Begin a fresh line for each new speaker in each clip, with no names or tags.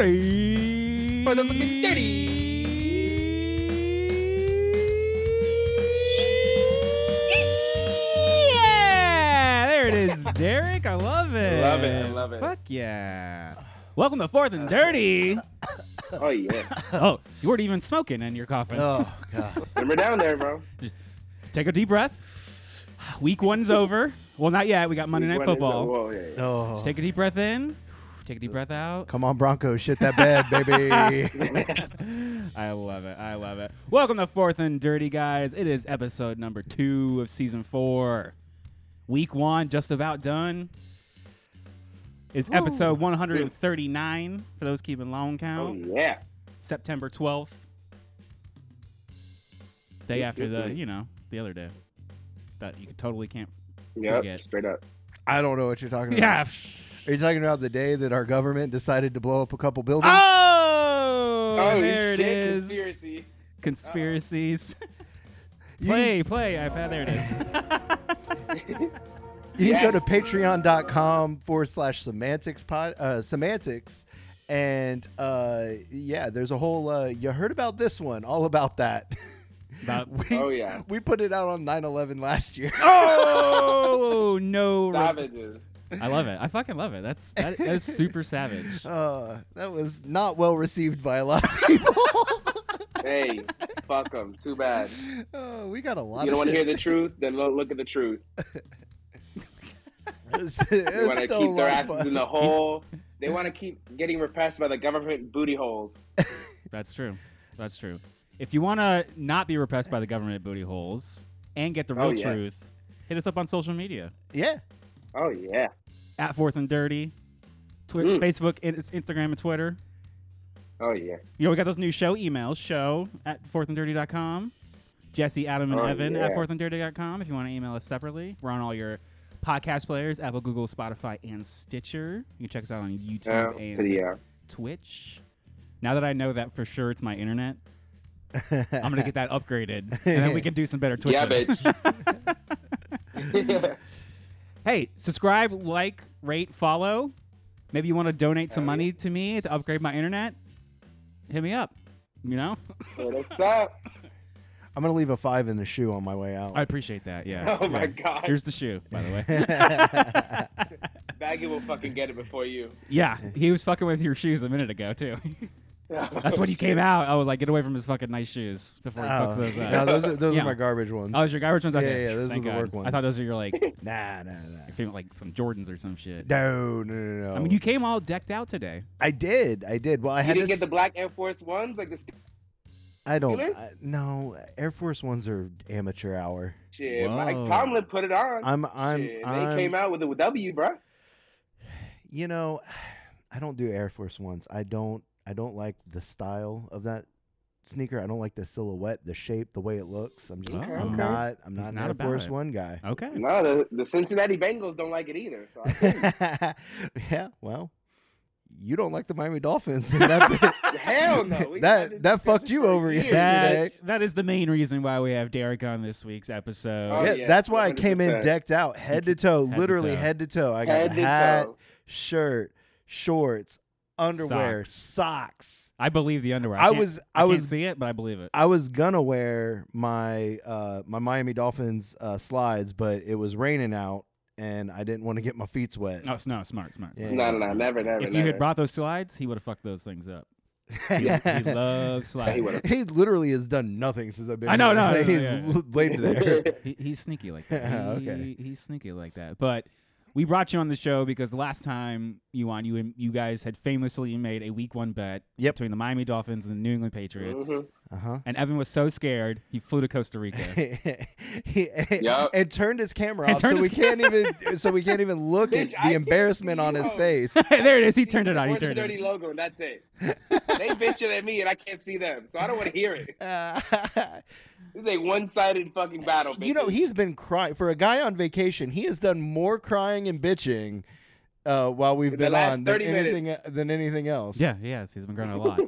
For the fucking
Yeah, there it is, Derek. I love it.
Love it, I love it.
Fuck yeah. Welcome to Fourth and Dirty.
Oh yes.
oh, you weren't even smoking and you're coughing.
Oh god.
Simmer down there, bro.
Take a deep breath. Week one's over. Well, not yet. We got Monday
Week
Night
one is a-
Football.
whoa, yeah, yeah.
Oh.
Just take a deep breath in. Take a deep breath out.
Come on, Broncos, shit that bed, baby.
I love it. I love it. Welcome to Fourth and Dirty, guys. It is episode number two of season four. Week one, just about done. It's episode 139 for those keeping long
Oh
count.
yeah.
September 12th. Day
Yep,
after
yep,
the,
yep.
you know, the other day. That you totally can't.
Yep.
Forget.
Straight up.
I don't know what you're talking about.
Yeah.
Are you talking about the day that our government decided to blow up a couple buildings?
Oh,
oh
there
shit!
it is.
Conspiracy.
Conspiracies.
You-
play, play. I've had there it is.
You can go to
Yes.
patreon.com forward slash semantics pod, uh, semantics. And uh, yeah, there's a whole, uh, you heard about this one, all about that.
About-
we,
Oh, yeah.
We put it out on 9 11 last year.
Oh no!
Savages.
I love it. I fucking love it. That's that, that is super savage.
Uh, that was not well received by a lot of people.
hey, fuck them. Too bad.
Uh, we got a lot
You don't
of
want to hear
shit.
the truth? Then lo- look at the truth.
It was- it
They
was
want
still
to
a
keep their
lot of
asses
fun.
in the hole. They want to keep getting repressed by the government booty holes.
That's true. That's true. If you want to not be repressed by the government booty holes and get the real
Oh, yeah.
truth, hit us up on social media
Yeah.
Oh yeah.
at Fourth and Dirty, Twi-
Mm.
Facebook, in- Instagram, and Twitter.
Oh yeah.
You know we got those new show emails. Show at fourthanddirty.com. Jesse, Adam, and
Oh,
Evan at
yeah.
fourthanddirty.com. If you want to email us separately, we're on all your podcast players: Apple, Google, Spotify, and Stitcher. You can check us out on YouTube
Down
and
to the uh,
Twitch. Now that I know that for sure it's my internet, I'm gonna get that upgraded, and then we can do some better Twitch.
yeah, bitch.
Hey, subscribe, like, rate, follow. Maybe you want to donate some
Hell
money to me to upgrade my internet. Hit me up. You know,
Oh. What's up?
I'm going to leave a five in the shoe on my way out.
I appreciate that. Yeah.
Oh my
Yeah.
god.
Here's the shoe, by the way.
Baggy will fucking get it before you.
yeah, he was fucking with your shoes a minute ago too. That's
Oh,
when you came out. I was like, get away from his fucking nice shoes before he fucks
Oh.
those up.
No, those are, those
Yeah.
are my garbage ones.
Oh, it's your garbage ones?
Yeah,
Okay,
yeah, those
thank
are the
God.
work
I thought
ones.
those were your like,
Nah, nah, nah.
your favorite, like some Jordans or some shit.
No, no, no, no.
I mean, you came all decked out today.
I did, I did. Well, I
You
had
didn't
to
get the black Air Force Ones like this
I don't.
Steelers?
I, no, Air Force Ones are amateur hour.
shit. Mike
Whoa.
Tomlin put it on.
I'm, I'm,
Shit,
I'm.
they came out with a W, bro.
You know, I don't do Air Force Ones. I don't. I don't like the style of that sneaker. I don't like the silhouette, the shape, the way it looks. I'm just
Okay,
I'm
Oh, okay.
not. I'm
He's
not an
not
Air
about
Force
it.
One guy.
Okay.
No, the, the Cincinnati Bengals don't like it either. So I feel
yeah. Well, you don't like the Miami Dolphins. and that,
you. hell no. We
That-
had this
that fucked
discussion
you
for
over
years.
That,
Yesterday.
that is the main reason why we have Derek on this week's episode.
Oh,
yeah,
yeah,
that's why I came in
100%.
decked out, head to toe,
Head to
literally
toe.
head to toe. I got
Head
the
to
hat,
toe.
shirt, shorts, underwear, socks.
I believe the underwear. I,
I
can't-
was
I,
I
can't
was
see it, but I believe it.
I was gonna wear my uh my Miami Dolphins uh slides, but it was raining out and I didn't want to get my feet wet.
No, s- no, smart, smart. smart.
Yeah.
No, no, no, never, never.
If you
never.
had brought those slides, he would have fucked those things up. He, he loves slides.
He would've.
he literally has done nothing since I've been.
I know,
here.
no, no, no,
he's
yeah.
l- laid there.
He, he's sneaky like that.
Yeah,
He-
okay.
He's sneaky like that. But we brought you on the show because the last time you on, you you guys had famously made a week one bet
Yep.
between the Miami Dolphins and the New England Patriots.
Mhm.
Uh huh.
And Evan was so scared, he flew to Costa Rica.
he
Yup.
and turned his camera
And
off, so
turned
we
his
can't even so we can't even look at
Bitch, I
the
can't
embarrassment
see
on his
you.
face.
there it is. He turned it on. He
Or the
turned it
dirty
on.
logo, and that's it. they bitching at me, and I can't see them, so I don't want to hear it.
Uh,
This is a one-sided fucking battle.
You know,
bitches.
he's been crying for a guy on vacation. He has done more crying and bitching uh, while we've
In the
been
last
on than
30
anything, e, than anything else.
Yeah, he has. He's been growing a lot.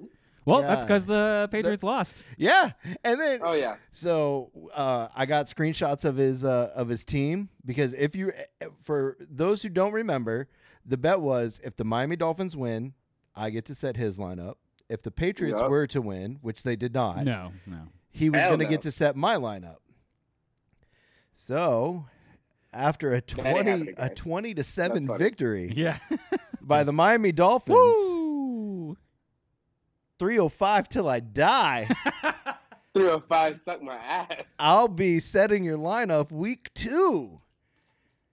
Well, that's
Yeah.
because the Patriots lost.
yeah. And then
Oh yeah.
so uh, I got screenshots of his uh, of his team because if you for those who don't remember, the bet was if the Miami Dolphins win, I get to set his lineup. If the Patriots
Yup.
were to win, which they did not,
No, no.
he was
Hell
going to
no.
get to set my lineup. So, after a
ain't happening,
20 a
guys.
20 to 7
funny.
victory
Yeah.
by the Miami Dolphins,
Woo!
305 till I die,
Three or five suck my ass.
I'll be setting your lineup week 2.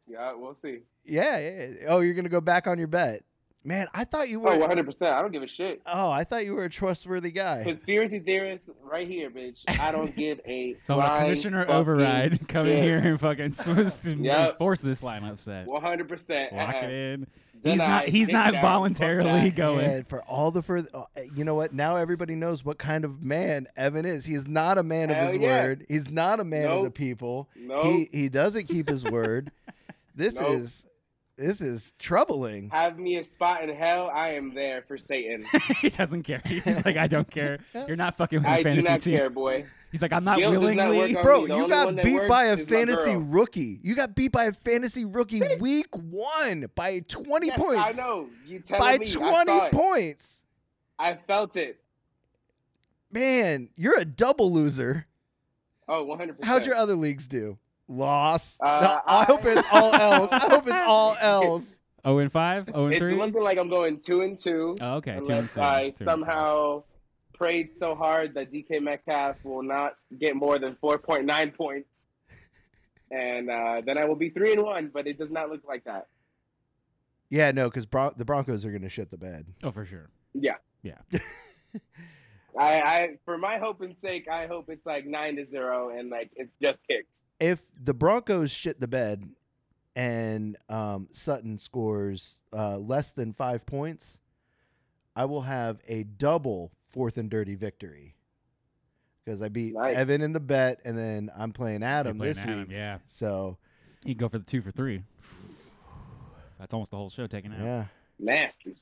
Yeah, we'll see.
Yeah, yeah. yeah. Oh, you're going to go back on your bet. Man, I thought you
Oh,
were
100%. I don't give a shit.
Oh, I thought you were a trustworthy guy.
Conspiracy theorists, right here, bitch. I don't give a.
So I'm a
flying
commissioner
fucking
override coming
shit.
here and fucking supposed to
Yep.
force this lineup set.
One hundred percent.
Lock it in.
Then
he's not.
I
He's
kick
not
that
voluntarily
fuck that.
going.
And for all the further, oh, eh, you know what? Now everybody knows what kind of man Evan is. He is not a man
Hell
of his
yeah.
word. He's not a man of the
Nope.
people.
No,
He he doesn't keep his word. This
Nope.
is this is troubling.
have me a spot in hell. I am there for Satan.
he doesn't care. He's like, I don't care. You're not fucking with my
I do
fantasy
not
team.
care, boy.
He's like, I'm not
Guilt does not
willingly.
work on-
Bro,
me, the
you
only
got
one that
beat
works
by a
is my
fantasy
girl.
rookie. You got beat by a fantasy rookie week one by 20
Yes,
points.
I know. You tell
By
me.
20
I saw it.
points.
I felt it.
Man, you're a double loser.
Oh, one hundred percent.
How'd your other leagues do? Loss.
Uh,
No, I,
I-
hope it's all else. I hope it's all else.
Oh and five. Oh and
It's
three.
looking like I'm going two and two.
Oh, okay. Two and
unless
seven. Two
I
and seven.
somehow prayed so hard that DK Metcalf will not get more than four point nine points, and uh, then I will be three and one. But it does not look like that.
Yeah, no, because Bron- the Broncos are going to shit the bed.
Oh, for sure.
Yeah.
Yeah.
I, I for my hope and sake, I hope it's like nine to zero and like it's just kicks.
If the Broncos shit the bed and um, Sutton scores uh, less than five points, I will have a double fourth and dirty victory because I beat
Nice.
Evan in the bet, and then I'm playing Adam
You're playing
this
Adam,
week.
Yeah.
So
He can go for the two for three. That's almost the whole show taken out.
yeah,
Nasty.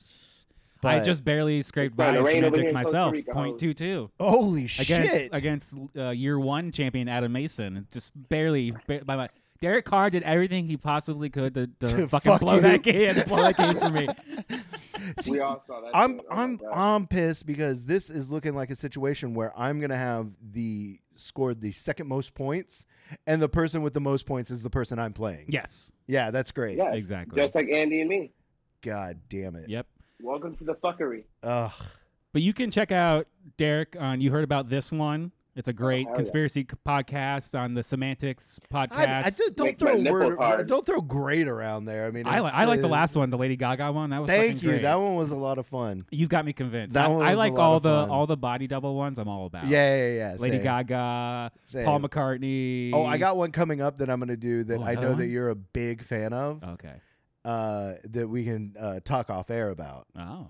I
But-
just barely scraped
It's
by
starting to rain over
semantics
here in Costa
myself.
Rica,
Point
hoes.
two two
holy
against
shit.
against uh, year one champion Adam Mason. Just barely ba- by my. Derek Carr did everything he possibly could to, to,
To
fucking
fuck
blow
you.
that game and blow that game for me.
See,
we all saw that.
I'm
shit. Oh my
I'm
God.
I'm pissed because this is looking like a situation where I'm gonna have the scored the second most points, and the person with the most points is the person I'm playing.
Yes,
yeah, that's great.
yeah,
exactly.
just like Andy and me.
God damn it.
Yep.
Welcome to the fuckery.
Ugh.
But you can check out Derek on. You heard about this one. It's a great
hell yeah.
conspiracy c- podcast on the Semantics podcast.
Oh, I, I do, not
Makes my
throw
nipples
word,
hard.
don't throw great around there. I mean,
I, li-
it's-
I like the
uh,
last one, the Lady Gaga one. That was
Thank
fucking
you.
Great.
That one was a lot of fun.
You've got me convinced.
That
I,
one
I
was a
like
lot
all
of
the
fun.
all the body double ones. I'm all about.
Yeah, yeah, yeah.
Lady
same,
Gaga,
same.
Paul McCartney.
Oh, I got one coming up that I'm gonna do that
Oh,
I
another
know that
one? Oh.
you're a big fan of.
Okay.
Uh, that we can uh, talk off air about.
Oh.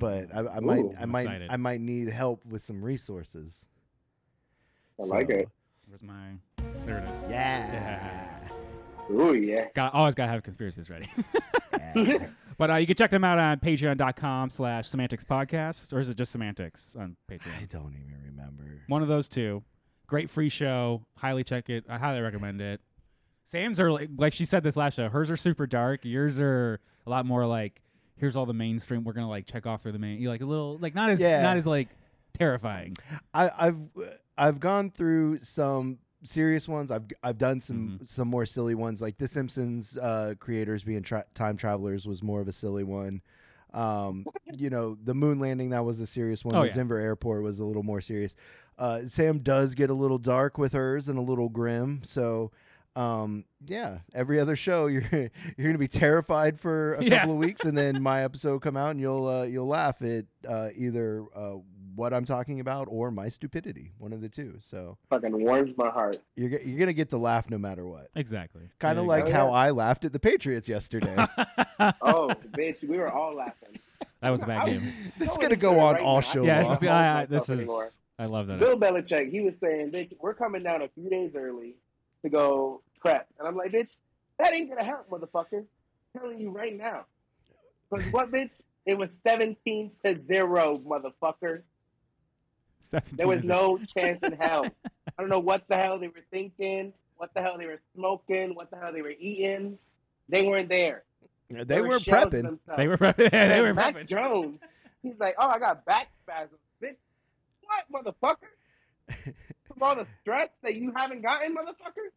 but uh, I, I might
Ooh,
I
I'm
might
excited.
I might need help with some resources.
I like it.
where's my? There it is.
Yeah.
Ooh yeah.
Got always gotta have conspiracies ready.
yeah.
but uh, you can check them out on Patreon.com/slash Semantics Podcast, or is it just Semantics on
I
Patreon?
don't even remember.
One of those two. Great free show. Highly check it. I highly recommend it. Sam's are like, like she said this last show. Hers are super dark. Yours are a lot more like here's all the mainstream. We're gonna like check off through the main. You like a little like not as
Yeah.
not as like terrifying.
I, I've I've gone through some serious ones. I've I've done some
Mm-hmm.
some more silly ones, like The Simpsons uh, creators being tra- time travelers was more of a silly one. Um, you know, the moon landing that was a serious one.
Oh,
the
yeah.
Denver airport was a little more serious. Uh, Sam does get a little dark with hers and a little grim. So, um, yeah, every other show you're you're gonna be terrified for a
Yeah.
couple of weeks, and then my episode will come out, and you'll uh, you'll laugh at uh, either uh, what I'm talking about or my stupidity, one of the two. So
Fucking warms my heart.
you're g- you're gonna get the laugh no matter what.
Exactly.
Kind
There
of
you
like
go.
go.
how
Yeah.
I laughed at the Patriots yesterday.
Oh bitch, we were all laughing.
that was a bad
I-
game.
It's
No,
gonna
it's
go
good
on
right
all
now. I
show
Yeah,
long.
can't
this is,
hold
I, I-
myself
this is.
anymore.
I love that.
Bill Belichick. He was saying, "Bitch, we're coming down a few days early to go prep," and I'm like, "Bitch, that ain't gonna help, motherfucker." I'm telling you right now. Cause what, bitch? It was 17 to zero, motherfucker. There was no chance in hell. I don't know what the hell they were thinking, what the hell they were smoking, what the hell they were eating. They weren't there.
They were
shells
prepping.
themselves.
They were prepping. they were
uh, Mac
prepping.
Jones. He's like, oh, I got back spasms, bitch. What, motherfucker? From all the stress that you haven't gotten, motherfucker.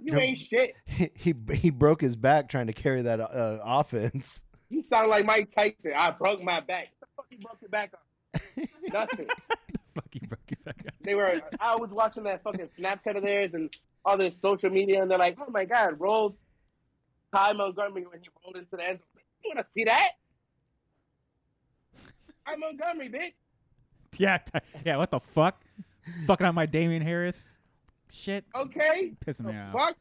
You ain't shit.
He, he he broke his back trying to carry that uh, offense.
You sound like Mike Tyson. I broke my back. What the fuck you broke your back on? Nothing.
the fuck you broke your back up.
They were. I was watching that fucking Snapchat of theirs and all their social media, and they're like, "Oh my god, rolled Ty Montgomery when he rolled into the end zone. You want to see that? Ty Montgomery, bitch.
Yeah, t- yeah. What the fuck? Fucking on my Damian Harris shit.
Oh, Okay.
Pissing me
The
off.
fuck?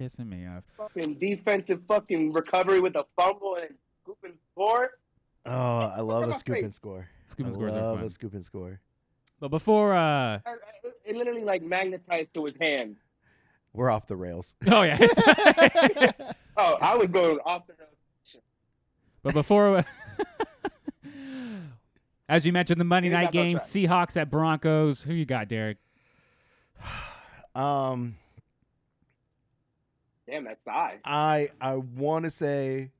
Pissing me off.
Fucking defensive fucking recovery with a fumble and scooping score.
Oh, I love a
about
scoop
Faith?
and score.
Scoop and
I
scores are
love
fun.
a scoop and score.
But before, uh,
I- I- It literally like magnetized to his hand.
We're off the rails.
oh yeah,
Oh, I would go off the rails.
but before, uh, as you mentioned, the Monday
Maybe
night
not both
game,
sides.
Seahawks at Broncos. Who you got, Derek?
Um,
Damn, that's the eye.
I I want to say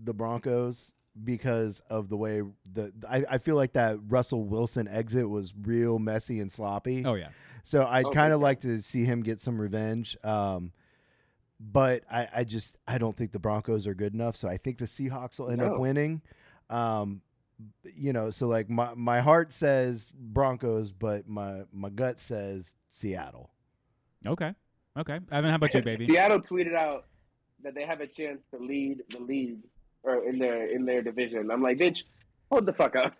the Broncos because of the way the I, I feel like that Russell Wilson exit was real messy and sloppy.
Oh yeah,
So I'd
Oh, for
kind of
sure.
like to see him get some revenge. Um, but I, I just I don't think the Broncos are good enough. So I think the Seahawks will end
No.
up winning. Um, you know, so like my, my heart says Broncos, but my my gut says Seattle.
okay, okay. Evan, how about you, baby?
Seattle tweeted out that they have a chance to lead the league or in their in their division. I'm like, bitch, hold the fuck up.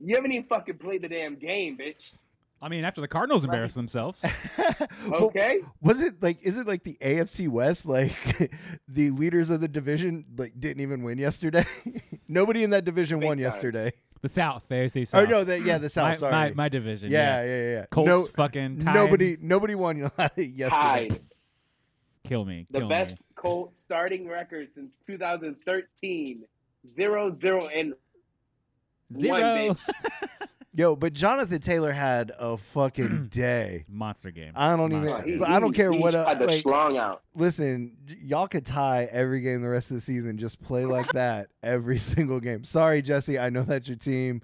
You haven't even fucking played the damn game, bitch.
I mean, after the Cardinals embarrassed themselves,
Well,
Okay.
was it like is it like the AFC West like the leaders of the division like didn't even win yesterday? Nobody in that division
Big
won
time.
yesterday.
the South, they say
Oh
South.
no, that yeah, the South.
my,
sorry,
my my division.
yeah, yeah, yeah, yeah.
Colts
no,
fucking tied.
nobody, nobody won yesterday.
Tied.
kill me.
The
kill
best
Me.
Colt starting record since 2013. Zero, zero, and
Zero.
one, bitch.
Yo, but Jonathan Taylor had a fucking day.
Monster game.
I don't
Nah,
Oh, he-
even. I don't
he-
care
he
what. Uh,
had the
like,
schlong out.
listen, y- y'all could tie every game the rest of the season. Just play like that every single game. Sorry, Jesse. I know that's your team,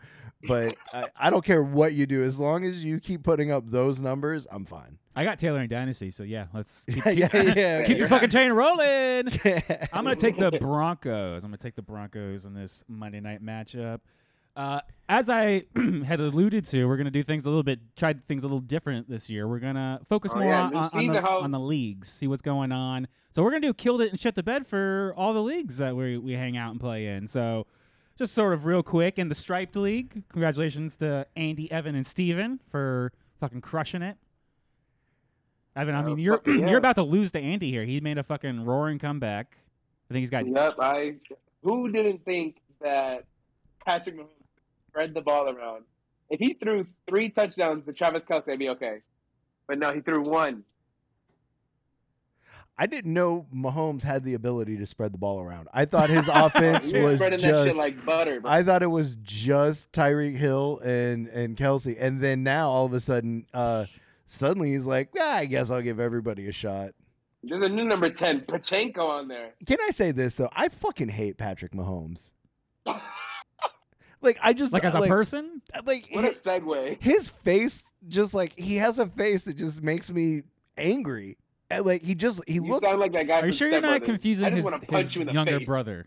but I, I don't care what you do. As long as you keep putting up those numbers, I'm fine.
I got Taylor and Dynasty, so yeah, let's keep,
yeah,
keep,
yeah,
keep
you're
the fucking train rolling.
yeah.
I'm gonna take the Broncos. I'm gonna take the Broncos in this Monday night matchup. Uh, as I had alluded to, we're gonna do things a little bit, try things a little different this year. We're gonna focus
Oh,
more
yeah,
on,
new
on, on
season,
the,
hoes.
on the leagues, see what's going on. So we're gonna do killed it and shut the bed for all the leagues that we we hang out and play in. So just sort of real quick in the striped league. Congratulations to Andy, Evan, and Steven for fucking crushing it. Evan, I
Oh,
mean you're
fuck yeah.
you're about to lose to Andy here. He made a fucking roaring comeback. I think he's got
Yep, I. Who didn't think that Patrick Mahomes spread the ball around? If he threw three touchdowns to Travis Kelsey, I'd be okay. But no, he threw one.
I didn't know Mahomes had the ability to spread the ball around. I thought his offense
He
It
was
spreading that
just.
shit like butter. bro.
I thought it was just Tyreek Hill and and Kelsey, and then now all of a sudden, uh, suddenly he's like, ah, I guess I'll give everybody a shot.
There's a new number ten, Pachenko, on there.
Can I say this though? I fucking hate Patrick Mahomes. Like I just
like as a
like,
person
like
What a
his,
segue.
his face, just like he has a face that just makes me angry. And, like he just he
You
looks
sound like that guy.
are you
from
sure you're
Step
not
Brothers. I
confusing
just
his,
want to punch
his
you in the
younger
face.
brother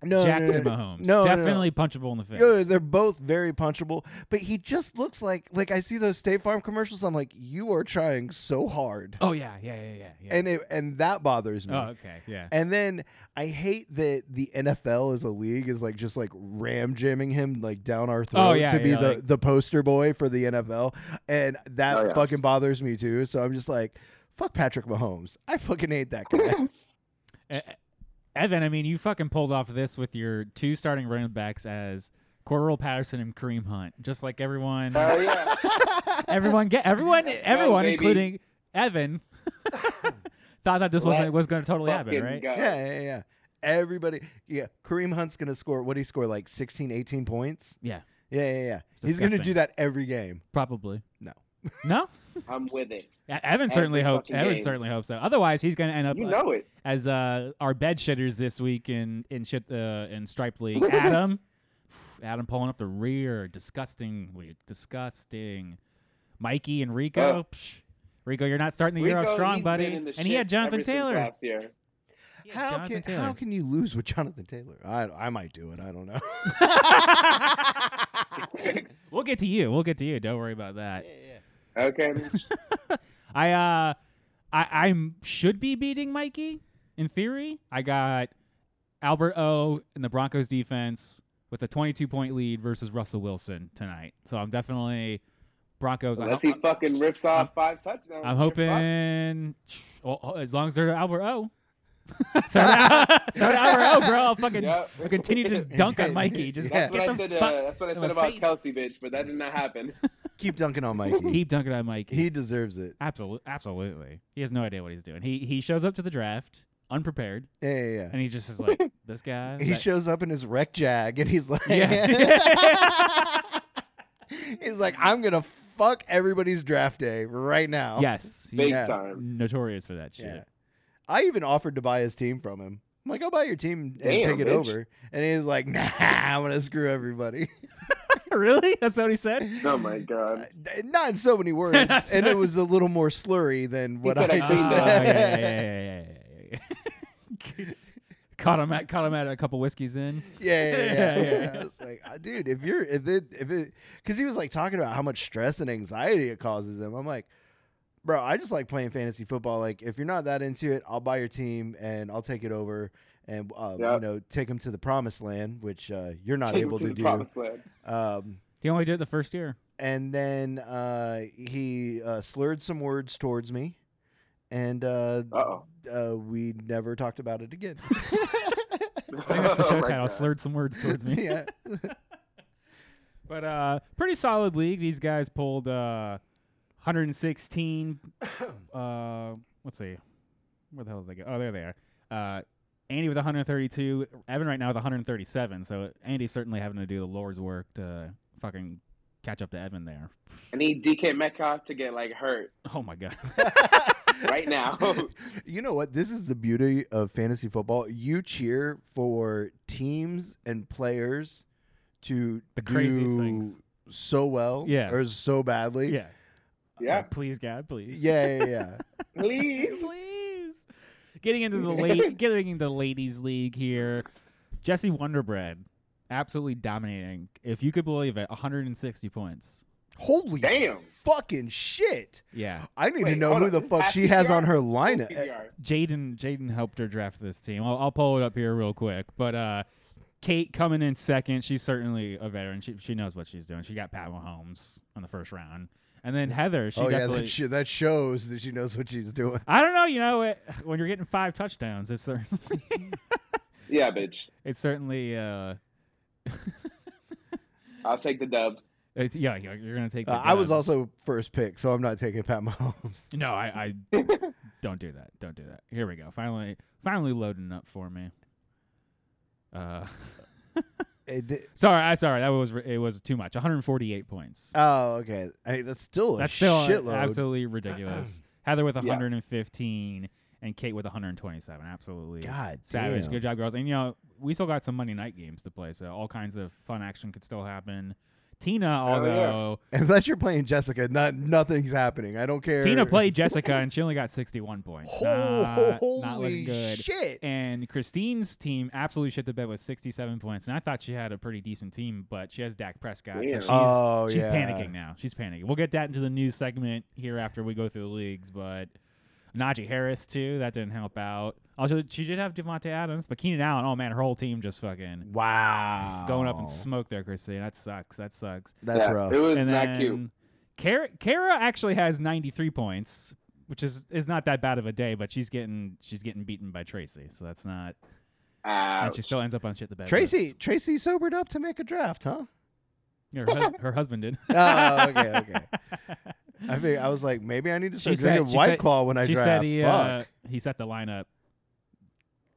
no, no, no,
jackson
no, no.
mahomes
No, no, no.
definitely punchable in the face
Yeah, they're both very punchable, but he just looks like like I see those State Farm commercials. I'm like, you are trying so hard,
oh yeah yeah yeah yeah, yeah.
and it and that bothers me.
oh okay yeah
And then I hate that the NFL as a league is like just like ram jamming him like down our throat
Oh, yeah,
to be
yeah,
the,
like-
the poster boy for the NFL. And that
Oh, yeah.
fucking bothers me too. So I'm just like, fuck Patrick Mahomes. I fucking hate that guy.
E- evan i mean you fucking pulled off this with your two starting running backs as Cordell Patterson and Kareem Hunt, just like everyone,
Hell yeah.
everyone get everyone, everyone,
baby.
including Evan, thought that this wasn't
Let's
was going to totally happen,
Fucking
right?
go.
yeah, yeah, yeah. Everybody, yeah. Kareem Hunt's going to score, what did he score? Like 16, 18 points?
Yeah,
Yeah, yeah, yeah. He's going to
disgusting.
do that every game.
probably.
No.
no.
I'm with it.
Yeah, Evan certainly
Every
hopes.
fucking
Evan
game.
certainly hopes so. Otherwise, he's going to end up
You
uh,
know it.
as uh, our bed shitters this week in in shit uh, in Stripe League. Adam Oof, Adam pulling up the rear. Disgusting. We- Disgusting. Mikey and Rico.
Oh.
Psh. Rico, you're not starting the year off
Rico,
strong,
he's
buddy.
been in the
And he
shit
had Jonathan
ever since
Taylor.
last year.
He had
How
Jonathan
can
Taylor.
how can you lose with Jonathan Taylor? I I might do it. I don't know.
We'll get to you. We'll get to you. Don't worry about that.
Okay,
I uh I I should be beating Mikey in theory. I got Albert O in the Broncos defense with a 22 point lead versus Russell Wilson tonight. So I'm definitely Broncos. I
unless
hope-
he fucking rips off five touchdowns.
I'm
you're fucked.
hoping well, as long as they're Albert O. throw it out, throw it Albert O, bro. I'll fucking
Yep.
I'll continue to just dunk on Mikey. Just
Yeah.
That's
get
what I
the
said.
fuck-
Uh, that's what I
in
said
my
about
face.
Kelsey, bitch. But that did not happen.
Keep dunking on
uh,
Mikey.
Keep dunking on Mikey.
he deserves it.
Absolutely, absolutely. He has no idea what he's doing. He he shows up to the draft unprepared,
Yeah, yeah. yeah.
and he just is like, "This guy."
He
that-
shows up in his wreck jag and he's like,
Yeah.
he's like, I'm gonna fuck everybody's draft day right now.
yes, he's
Big
Yeah.
time.
notorious for that shit.
Yeah. I even offered to buy his team from him. I'm like, I'll buy your team and
Damn,
take it
bitch.
over. And he's like, Nah, I'm gonna screw everybody. Uh,
really? That's what he said.
Oh my god.
Not in so many words,
Not so-
and it was a little more slurry than what
said,
I
"I
just
Ah,
cleaned
said.
it
yeah, yeah, yeah, yeah, yeah, yeah. caught him at caught him at a couple whiskeys in.
yeah, yeah, yeah.
Yeah,
yeah. I was like, "Ah, dude, if you're if it if it because he was like talking about how much stress and anxiety it causes him. I'm like, bro, I just like playing fantasy football. Like, if you're not that into it, I'll buy your team and I'll take it over and um, you
Yep.
know take him to the promised land, which uh, you're not
Take him
able
to
to
the
do.
promised land.
Um,
He only did it the first year.
and then uh, he uh, slurred some words towards me, and uh,
Uh-oh.
uh, we never talked about it again.
I think that's the
Oh
show
my
title.
God.
Slurred some words towards me.
yeah.
But uh, pretty solid league. These guys pulled uh, 116. uh, let's see, where the hell did they go? Oh, there they are. Uh, Andy with 132. Evan right now with 137. So Andy's certainly having to do the Lord's work to fucking catch up to Evan there.
I need DK Metcalf to get like hurt
Oh my god.
right now.
You know what? This is the beauty of fantasy football. You cheer for teams and players to
The
do
craziest things.
so well,
Yeah.
or so badly.
yeah.
yeah.
Please God, please.
yeah, yeah, yeah.
Please.
please. Getting into the late, getting into the ladies' league here. Jesse Wonderbread, absolutely dominating. If you could believe it, 160 points.
Holy
Damn.
fucking shit!
Yeah,
I need to
Wait,
know
hold
who
on.
the
This
fuck
half
she has
PPR?
on her
Full
lineup.
PPR.
Jaden Jaden helped her draft this team. I'll, I'll pull it up here real quick, but uh, Kate coming in second. She's certainly a veteran. She she knows what she's doing. She got Pat Mahomes on the first round, and then Heather. She
oh yeah,
definitely.
that, sh- that shows that she knows what she's doing.
I don't know. You know, it, when you're getting five touchdowns, it's certainly
Yeah, bitch.
it's certainly uh,
I'll take the dubs.
it's, yeah you're, you're gonna take. The
Uh, I was
dubs.
also first pick, so I'm not taking Pat Mahomes.
No, I, I don't do that. Don't do that. Here we go. Finally, finally loading up for me. Uh,
It di-
sorry, I sorry that was it was too much. 148 points.
oh, okay. Hey, that's still a
That's still
shitload.
absolutely ridiculous. Heather with
Yeah.
115 and Kate with 127. Absolutely
God
savage.
damn.
Good job, girls. And you know we still got some Monday night games to play, so all kinds of fun action could still happen. Tina,
Hell yeah.
although
Unless you're playing Jessica, not nothing's happening. I don't care.
Tina played Jessica and she only got 61 points. Not-
Holy
not looking good.
shit!
And Christine's team absolutely shit the bed with 67 points. And I thought she had a pretty decent team, but she has Dak Prescott. So
Damn.
she's,
Oh,
she's
yeah.
panicking now. She's panicking. We'll get that into the news segment here after we go through the leagues. But Najee Harris, too, that didn't help out. Also, she did have Devontae Adams, but Keenan Allen, oh man, her whole team just fucking
Wow,
going up in smoke there, Christine. That sucks. That sucks.
That's
yeah,
rough.
It was
and
not
then
cute.
Kara, Kara actually has 93 points, which is, is not that bad of a day, but she's getting she's getting beaten by Tracy, so that's not and she
Ouch.
still ends up on shit the bed.
Tracy,
list.
Tracy sobered up to make a draft, huh?
Yeah, her, hus- her husband did.
Oh, okay, okay. I think I was like, maybe I need to
She
start
said-
drinking
she
White
said-
Claw when I
she
draft.
said he
Fuck,
uh, he set the lineup.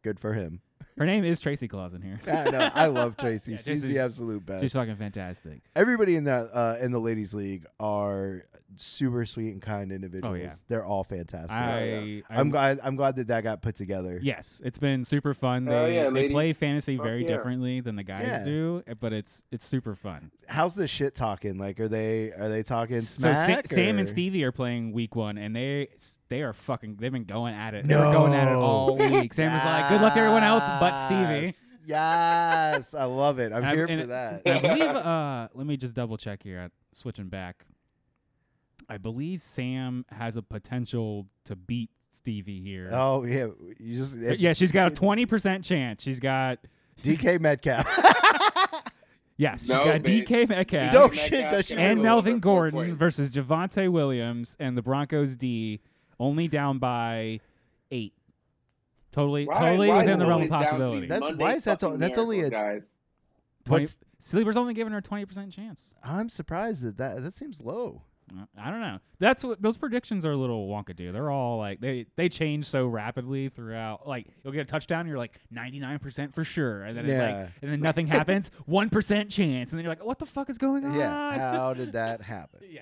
good for him.
Her name is Tracy Claus in here.
I know. I love Tracy.
Yeah,
She's
Tracy's-
the absolute best.
She's fucking fantastic.
Everybody in that uh, in the ladies' league are super sweet and kind individuals.
Oh, yeah.
They're all fantastic.
I, I
I'm glad. I'm glad that that got put together.
Yes, it's been super fun. They,
Hell Oh, yeah,
they
ladies.
play fantasy
Fuck
very
yeah.
differently than the guys
Yeah.
do, but it's it's super fun.
How's the shit talking? Like, are they are they talking
so Sa-
smack?
Sam and
or-
Stevie are playing week one, and they they are fucking. They've been going at it. They were going at it
No.
all week. Sam was like, "Good luck, to everyone else, but Stevie."
Yes. Yes, I love it. I'm
And I-
here
and
for that.
I believe. Uh, let me just double check here. uh, Switching back, I believe Sam has a potential to beat Stevie here.
Oh yeah, you just it's
yeah, she's got a twenty percent chance. She's got
DK Metcalf.
yes,
No,
she's got
babe.
DK Metcalf.
No shit, does she
and
Really?
Melvin Gordon versus Javante Williams and the Broncos D, only down by eight. Totally,
Why-
totally
why
within the
is
realm of
it always down to
possibility.
That's-
Monday
why is that so-
fucking
that's only a-
miracle, guys.
20
What's-
Sleeper's only giving her a twenty percent chance.
I'm surprised that, that that seems low.
Uh, I don't know. That's what those predictions are a little wonka, dude. They're all like they they change so rapidly throughout. Like you'll get a touchdown, you're like ninety nine percent for sure, and then it's
Yeah.
like and then nothing happens, one percent chance, and then you're like, what the fuck is going on?
Yeah, how did that happen?
Yeah.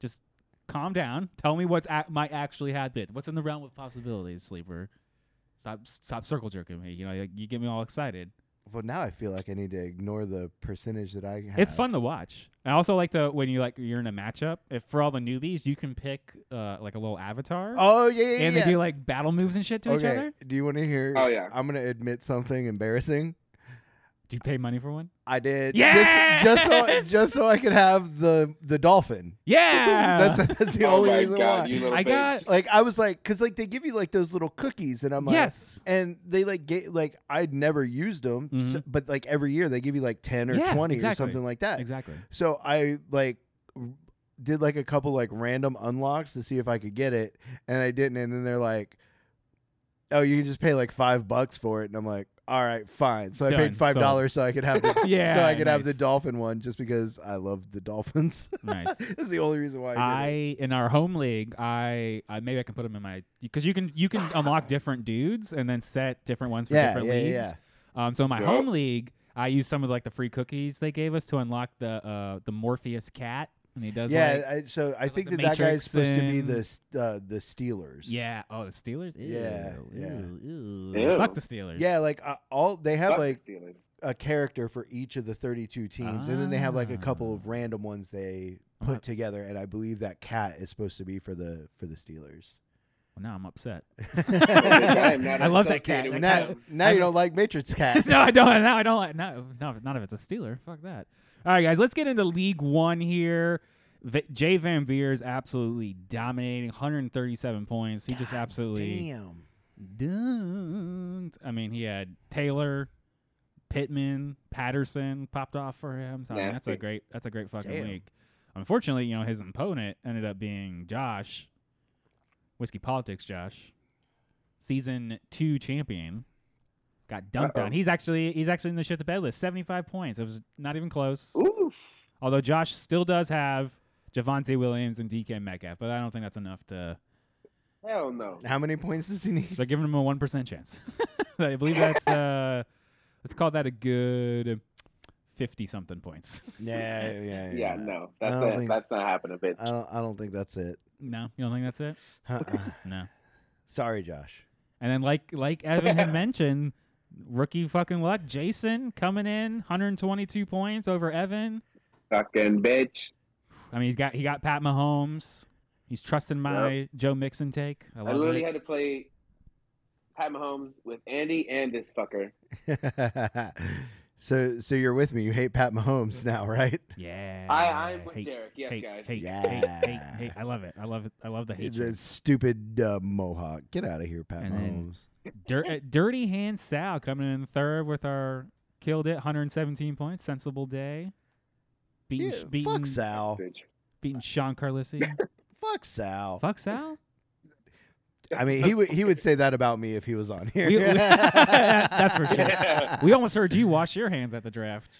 Just calm down. Tell me what's ac might actually happen. What's in the realm of possibilities, sleeper? Stop, stop circle jerking me. You know, you, you get me all excited.
Well, now I feel like I need to ignore the percentage that I have.
It's fun to watch. I also like to when you like you're in a matchup. If for all the newbies, you can pick uh, like a little avatar,
Oh yeah, yeah,
and
yeah.
they do like battle moves and shit to each
okay,
other.
do you want to hear?
Oh, yeah.
I'm gonna admit something embarrassing.
Do you pay money for one?
I did.
Yes!
Just, just so just so I could have the the dolphin.
Yeah,
That's that's the
oh
only
my
reason
God,
why.
You little
I
bitch.
got-
like I was like, cause like they give you like those little cookies, and I'm like,
yes.
and they like get like I'd never used them, so, but like every year they give you like ten or
Mm-hmm. Yeah,
twenty or
exactly.
something like that.
Exactly.
So I like r- did like a couple like random unlocks to see if I could get it, and I didn't. And then they're like, "Oh, you can just pay like five bucks for it," and I'm like, "All right, fine." So I
Done.
paid five dollars so I could have the,
Yeah.
so I could have the
nice.
dolphin one just because I love the dolphins.
Nice.
That's the only reason why I, did
I in our home league, I, I maybe I can put them in my because you can you can unlock different dudes and then set different ones for
Yeah,
different
yeah,
leagues.
yeah.
Um, so in my
Yup.
home league, I used some of like the free cookies they gave us to unlock the uh, the Morpheus cat, and he
it.
does
Yeah,
like,
I, so I
like
think
the
that that guy's
Matrix
supposed to be
and-
the s- uh, the Steelers.
yeah. Oh, the Steelers. Ew,
Yeah, yeah.
Ew, ew.
Ew.
Fuck the Steelers.
Yeah, like uh, all they have
Fuck
like
the Steelers.
a character for each of the 32 teams, and then they have like a couple of
Ah. Uh-huh.
random ones they
I'm
put
not-
together. And I believe that cat is supposed to be for the for the Steelers.
Well, now I'm upset.
I am not
I love that cat.
associated with
That
now,
them.
now you don't like Matrix Cat.
no, I don't. No, I don't like. No, no, not if it's a Steeler. Fuck that. All right, guys, let's get into League One here. V- Jay Van Beer is absolutely dominating, 137 points. He just absolutely
Damn.
dunked. I mean, he had Taylor, Pittman, Patterson popped off for him. So I mean, that's a
Nasty.
great. That's a great fucking
Damn.
league. Unfortunately, you know his opponent ended up being Josh, whiskey politics Josh, season two champion. Got dunked
Uh-oh.
on. He's actually he's actually in the shit to bed list. Seventy five points. It was not even close.
Ooh.
Although Josh still does have Javante Williams and DK Metcalf, but I don't think that's enough to.
Hell no.
How many points does he need?
They're giving him a one percent chance. I believe that's uh, let's call that a good fifty something points.
yeah, yeah, yeah.
Yeah, no. That's
I don't
it.
think-
That's not happening, bitch.
I don't, I don't think that's it.
No, you don't think that's it?
Uh-uh.
No.
Sorry, Josh.
And then like like Evan had mentioned, rookie fucking luck. Jason coming in, 122 points over Evan.
Fucking bitch.
I mean, he's got he got Pat Mahomes. He's trusting my Joe Mixon take. I
I
love
literally
it.
had to play Pat Mahomes with Andy and this fucker.
so, so you're with me. You hate Pat Mahomes now, right?
yeah.
I I'm with
hate,
Derek. Yes,
hate,
guys.
Hate,
Yeah.
hate, hate, hate. I love it. I love it. I love the
It's
hatred.
a stupid uh, mohawk. Get out of here, Pat
And then-
Mahomes.
Dir- uh, Dirty Hand Sal coming in third with our killed it 117 points. Sensible day. Beating,
Yeah,
beating,
fuck Sal.
Bitch.
beating Sean Carlisi.
Fuck Sal.
Fuck Sal.
I mean, he would he would say that about me if he was on here.
We- we- that's for sure.
Yeah.
We almost heard you wash your hands at the draft.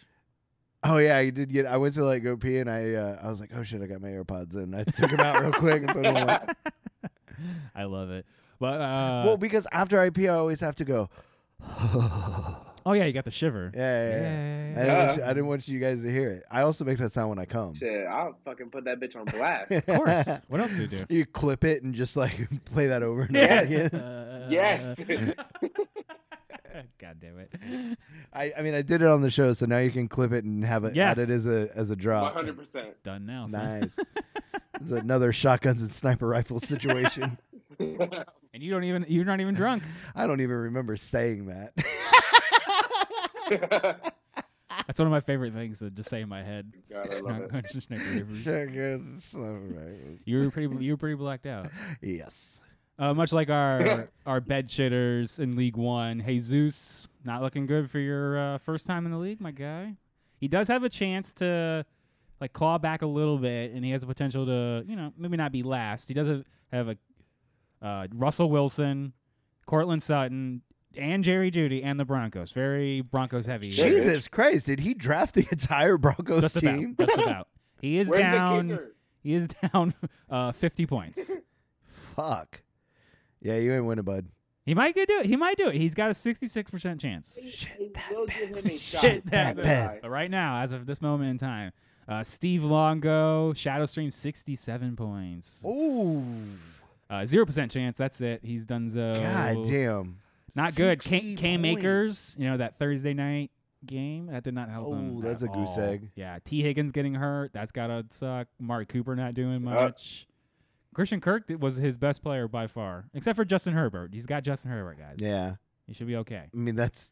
Oh yeah, I did get. I went to like go pee, and I uh, I was like, oh shit, I got my AirPods in. I took them out real quick and put them on.
I love it. But uh,
well, because after I pee, I always have to go.
Oh yeah, you got the shiver.
Yeah, yeah,
yeah.
yeah. I, didn't want
Yeah.
you, I didn't want you guys to hear it. I also make that sound when I come.
Shit, I'll fucking put that bitch on blast.
Of
course. What else do you do?
You clip it and just like play that over and
Yes.
over again.
Uh,
yes.
God damn it.
I, I mean, I did it on the show, so now you can clip it and have it
Yeah.
add it as a as a drop.
100%.
Done now. son.
Nice. it's another shotguns and sniper rifle situation.
And you don't even you're not even drunk.
I don't even remember saying that.
That's one of my favorite things to just say in my head.
God, I love it.
Shotguns, sniper rifles.
you were pretty you were pretty blacked out.
yes.
Uh, much like our our bed shitters in League One, Jesus not looking good for your uh, first time in the league, my guy. He does have a chance to like claw back a little bit, and he has the potential to you know maybe not be last. He does have, have a uh, Russell Wilson, Cortland Sutton, and Jerry Judy, and the Broncos. Very Broncos heavy.
Shit.
Jesus Christ! Did he draft the entire Broncos
Just
team?
about. Just about. He is
Where's
down.
the kicker?
He is down uh, fifty points.
Fuck. Yeah, you ain't winning, bud.
He might get do it. He might do it. He's got a sixty-six percent chance.
Shit, will give him a shot.
Shit, that
bad.
But right now, as of this moment in time, uh, Steve Longo, Shadowstream, 67 points.
Oh,
Uh, 0% chance. That's it. He's dunzo.
god damn.
Not good. K,
60
K
points.
Makers, you know, that Thursday night game, that did not help him.
Oh, that's
at
a goose
all.
egg.
Yeah. T. Higgins getting hurt. That's got to suck. Mark Cooper not doing
Yeah.
much. Christian Kirk did- was his best player by far, except for Justin Herbert. He's got Justin Herbert, guys.
Yeah,
He should be okay.
I mean that's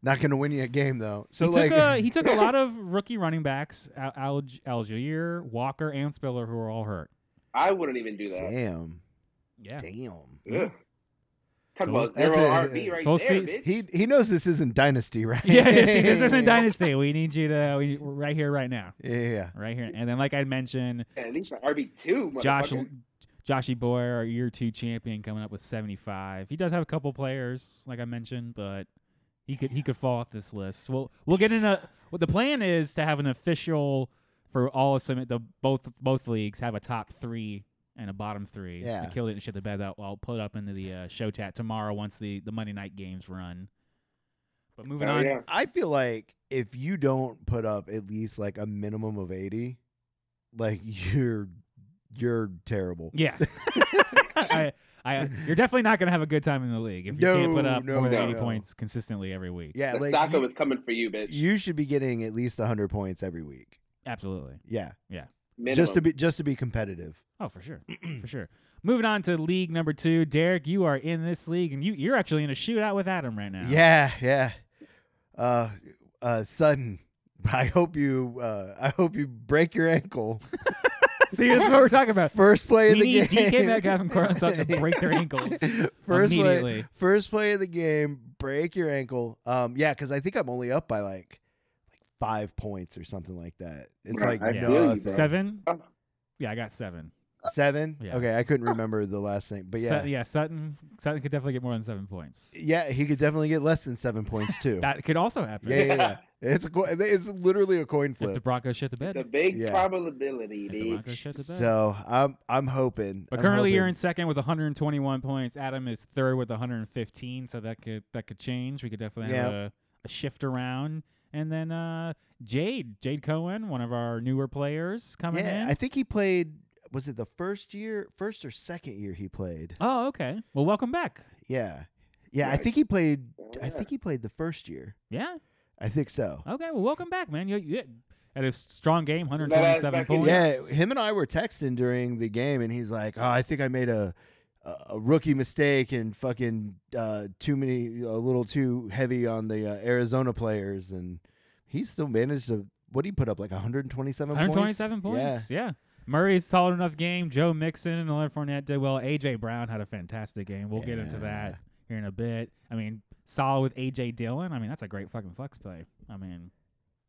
not going to win you a game though. So
he
like,
took a, he took a lot of rookie running backs, Al- Al- Algier, Walker, and Spiller, who were all hurt.
I wouldn't even do that.
damn,
Yeah,
damn.
Ugh. Talk
Well,
about zero
that's a-
RB right
So
there,
see-
bitch.
He he knows this isn't dynasty, right?
yeah. This, this isn't dynasty. We need you to we, we're right here, right now,
Yeah,
right here. And then, like I mentioned,
At least an RB two,
Josh,
motherfucker.
Joshy Boy, our year two champion, coming up with seventy five. He does have a couple players, like I mentioned, but he could he could fall off this list. We'll we'll get in a. Well, the plan is to have an official for all of Summit. The both both leagues have a top three and a bottom three.
Yeah.
I killed it and shit the bed out. I'll put it up into the uh, show chat tomorrow once the the Monday night games run. But moving
Oh,
on,
yeah.
I feel like if you don't put up at least like a minimum of eighty, like you're you're terrible.
Yeah. I, I, you're definitely not going to have a good time in the league if you can't put
No,
up
no,
more than
no,
80
no.
points consistently every week.
Yeah,
The
like
Saka
you,
was coming for you, bitch.
you should be getting at least hundred points every week.
Absolutely.
Yeah,
Minimum.
just to be just to be competitive.
Oh, for sure. for sure. Moving on to league number two. Derek, you are in this league, and you, you're actually in a shootout with Adam right now.
Yeah, yeah. Uh, uh, sudden. I hope you. Uh, I hope you break your ankle.
See, that's what we're talking about.
First play of
we
the
need
game.
DK Metcalf and Cortland Sutton to break their ankles
First play.
immediately.
First play of the game. Break your ankle. Um, yeah, because I think I'm only up by like like five points or something like that. It's
Right,
like
I feel
no,
you, bro.
Seven?
Oh.
Yeah, I got seven.
seven.
Yeah.
Okay, I couldn't remember the last thing, but yeah,
Sut- yeah, Sutton Sutton could definitely get more than seven points.
yeah, he could definitely get less than seven points too.
That could also happen
yeah, yeah, yeah. It's a, co- it's literally a coin
if
flip.
the Broncos shit the
it's a
bed.
big
Yeah.
probability,
If the Broncos
bitch.
shit the bed.
So I'm I'm hoping.
But
I'm
currently you're
hoping.
in second with 121 points. Adam is third with 115, so that could that could change. We could definitely have a, a shift around. And then uh, Jade, Jade Cohen, one of our newer players coming
yeah,
in.
I think he played. Was it the first year, first or second year he played?
oh, okay. Well, welcome back.
Yeah, yeah. I
Nice.
think he played. I
Yeah.
think he played the first year.
Yeah.
I think so.
Okay. Well, welcome back, man. You, you at a strong game,
That ass
127
back in-
points.
Yeah, him and I were texting during the game, and he's like, "Oh, I think I made a a a rookie mistake and fucking uh, too many, a little too heavy on the uh, Arizona players." And he still managed to. What did he put up? Like 127 points.
127 points.
Yeah.
Yeah. Murray's solid enough game. Joe Mixon and Leonard Fournette did well. AJ Brown had a fantastic game. We'll get into
Yeah.
that here in a bit. I mean, solid with AJ Dillon. I mean, that's a great fucking flex play. I mean,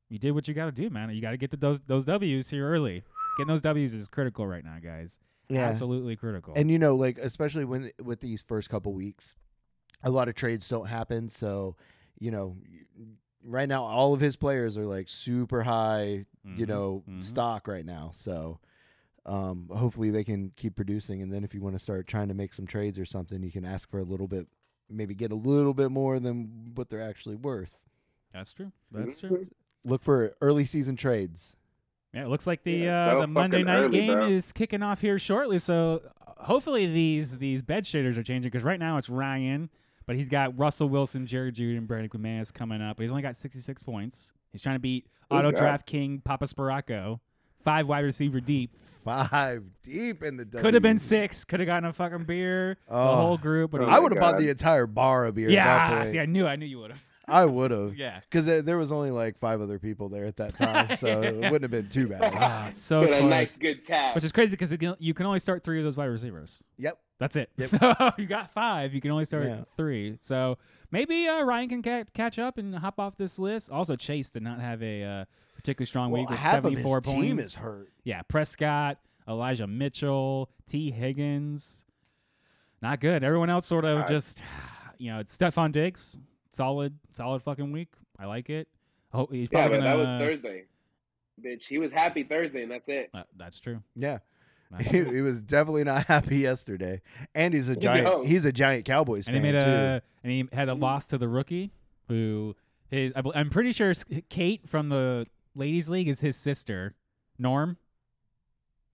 you did what you got to do, man. You got to get the, those those W's here early. Getting those W's is critical right now, guys.
Yeah.
Absolutely critical.
And you know, like especially when with these first couple weeks, a lot of trades don't happen. So, you know, right now all of his players are like super high, you
Mhm,
know,
mhm.
stock right now. So, um, hopefully they can keep producing. And then if you want to start trying to make some trades or something, you can ask for a little bit maybe get a little bit more than what they're actually worth.
That's true. That's
Mm-hmm.
Mm-hmm.
true.
Look for early season trades.
Yeah, it looks like the
Yeah,
uh,
so
the Monday
fucking
night
early,
game
bro.
is kicking off here shortly. So uh, hopefully these these bed shaders are changing because right now it's Ryan, but he's got Russell Wilson, Jared Jude, and Brandon Quimanis coming up. But he's only got 66 points. He's trying to beat
Good
Auto
job.
Draft King Papa Sparaco, five wide receiver deep.
Five deep in the W.
Could have been six. Could have gotten a fucking beer. The
Oh.
whole group. But
Oh
he-
I would have
God.
bought the entire bar of beer. at that
yeah.
point.
See, I knew. I knew you would have.
I would have.
Yeah.
Because there was only like five other people there at that time, so it wouldn't have been too bad.
Ah, so
With a
close.
nice good tag.
Which is crazy because you can only start three of those wide receivers.
Yep.
That's it.
Yep.
So you got five. You can only start
Yeah.
three. So maybe uh, Ryan can ca- catch up and hop off this list. Also, Chase did not have a uh, particularly strong
Well,
week with
half of his
74 points.
team is hurt.
Yeah, Prescott, Elijah Mitchell, T. Higgins. Not good. Everyone else sort of
Uh,
just, you know, it's Stephon Diggs. Solid, solid fucking week. I like it. Oh, he's
yeah,
probably
but that was
uh,
gonna-
Thursday. Bitch, he was happy Thursday, and that's it.
Uh, that's true.
Yeah,
That's
he,
true.
he was definitely not happy yesterday, and he's a giant.
No.
He's a giant Cowboys
and he
fan
made
too.
a and he had a loss to the rookie who his I bel- I'm pretty sure s- Kate from the ladies league is his sister Norm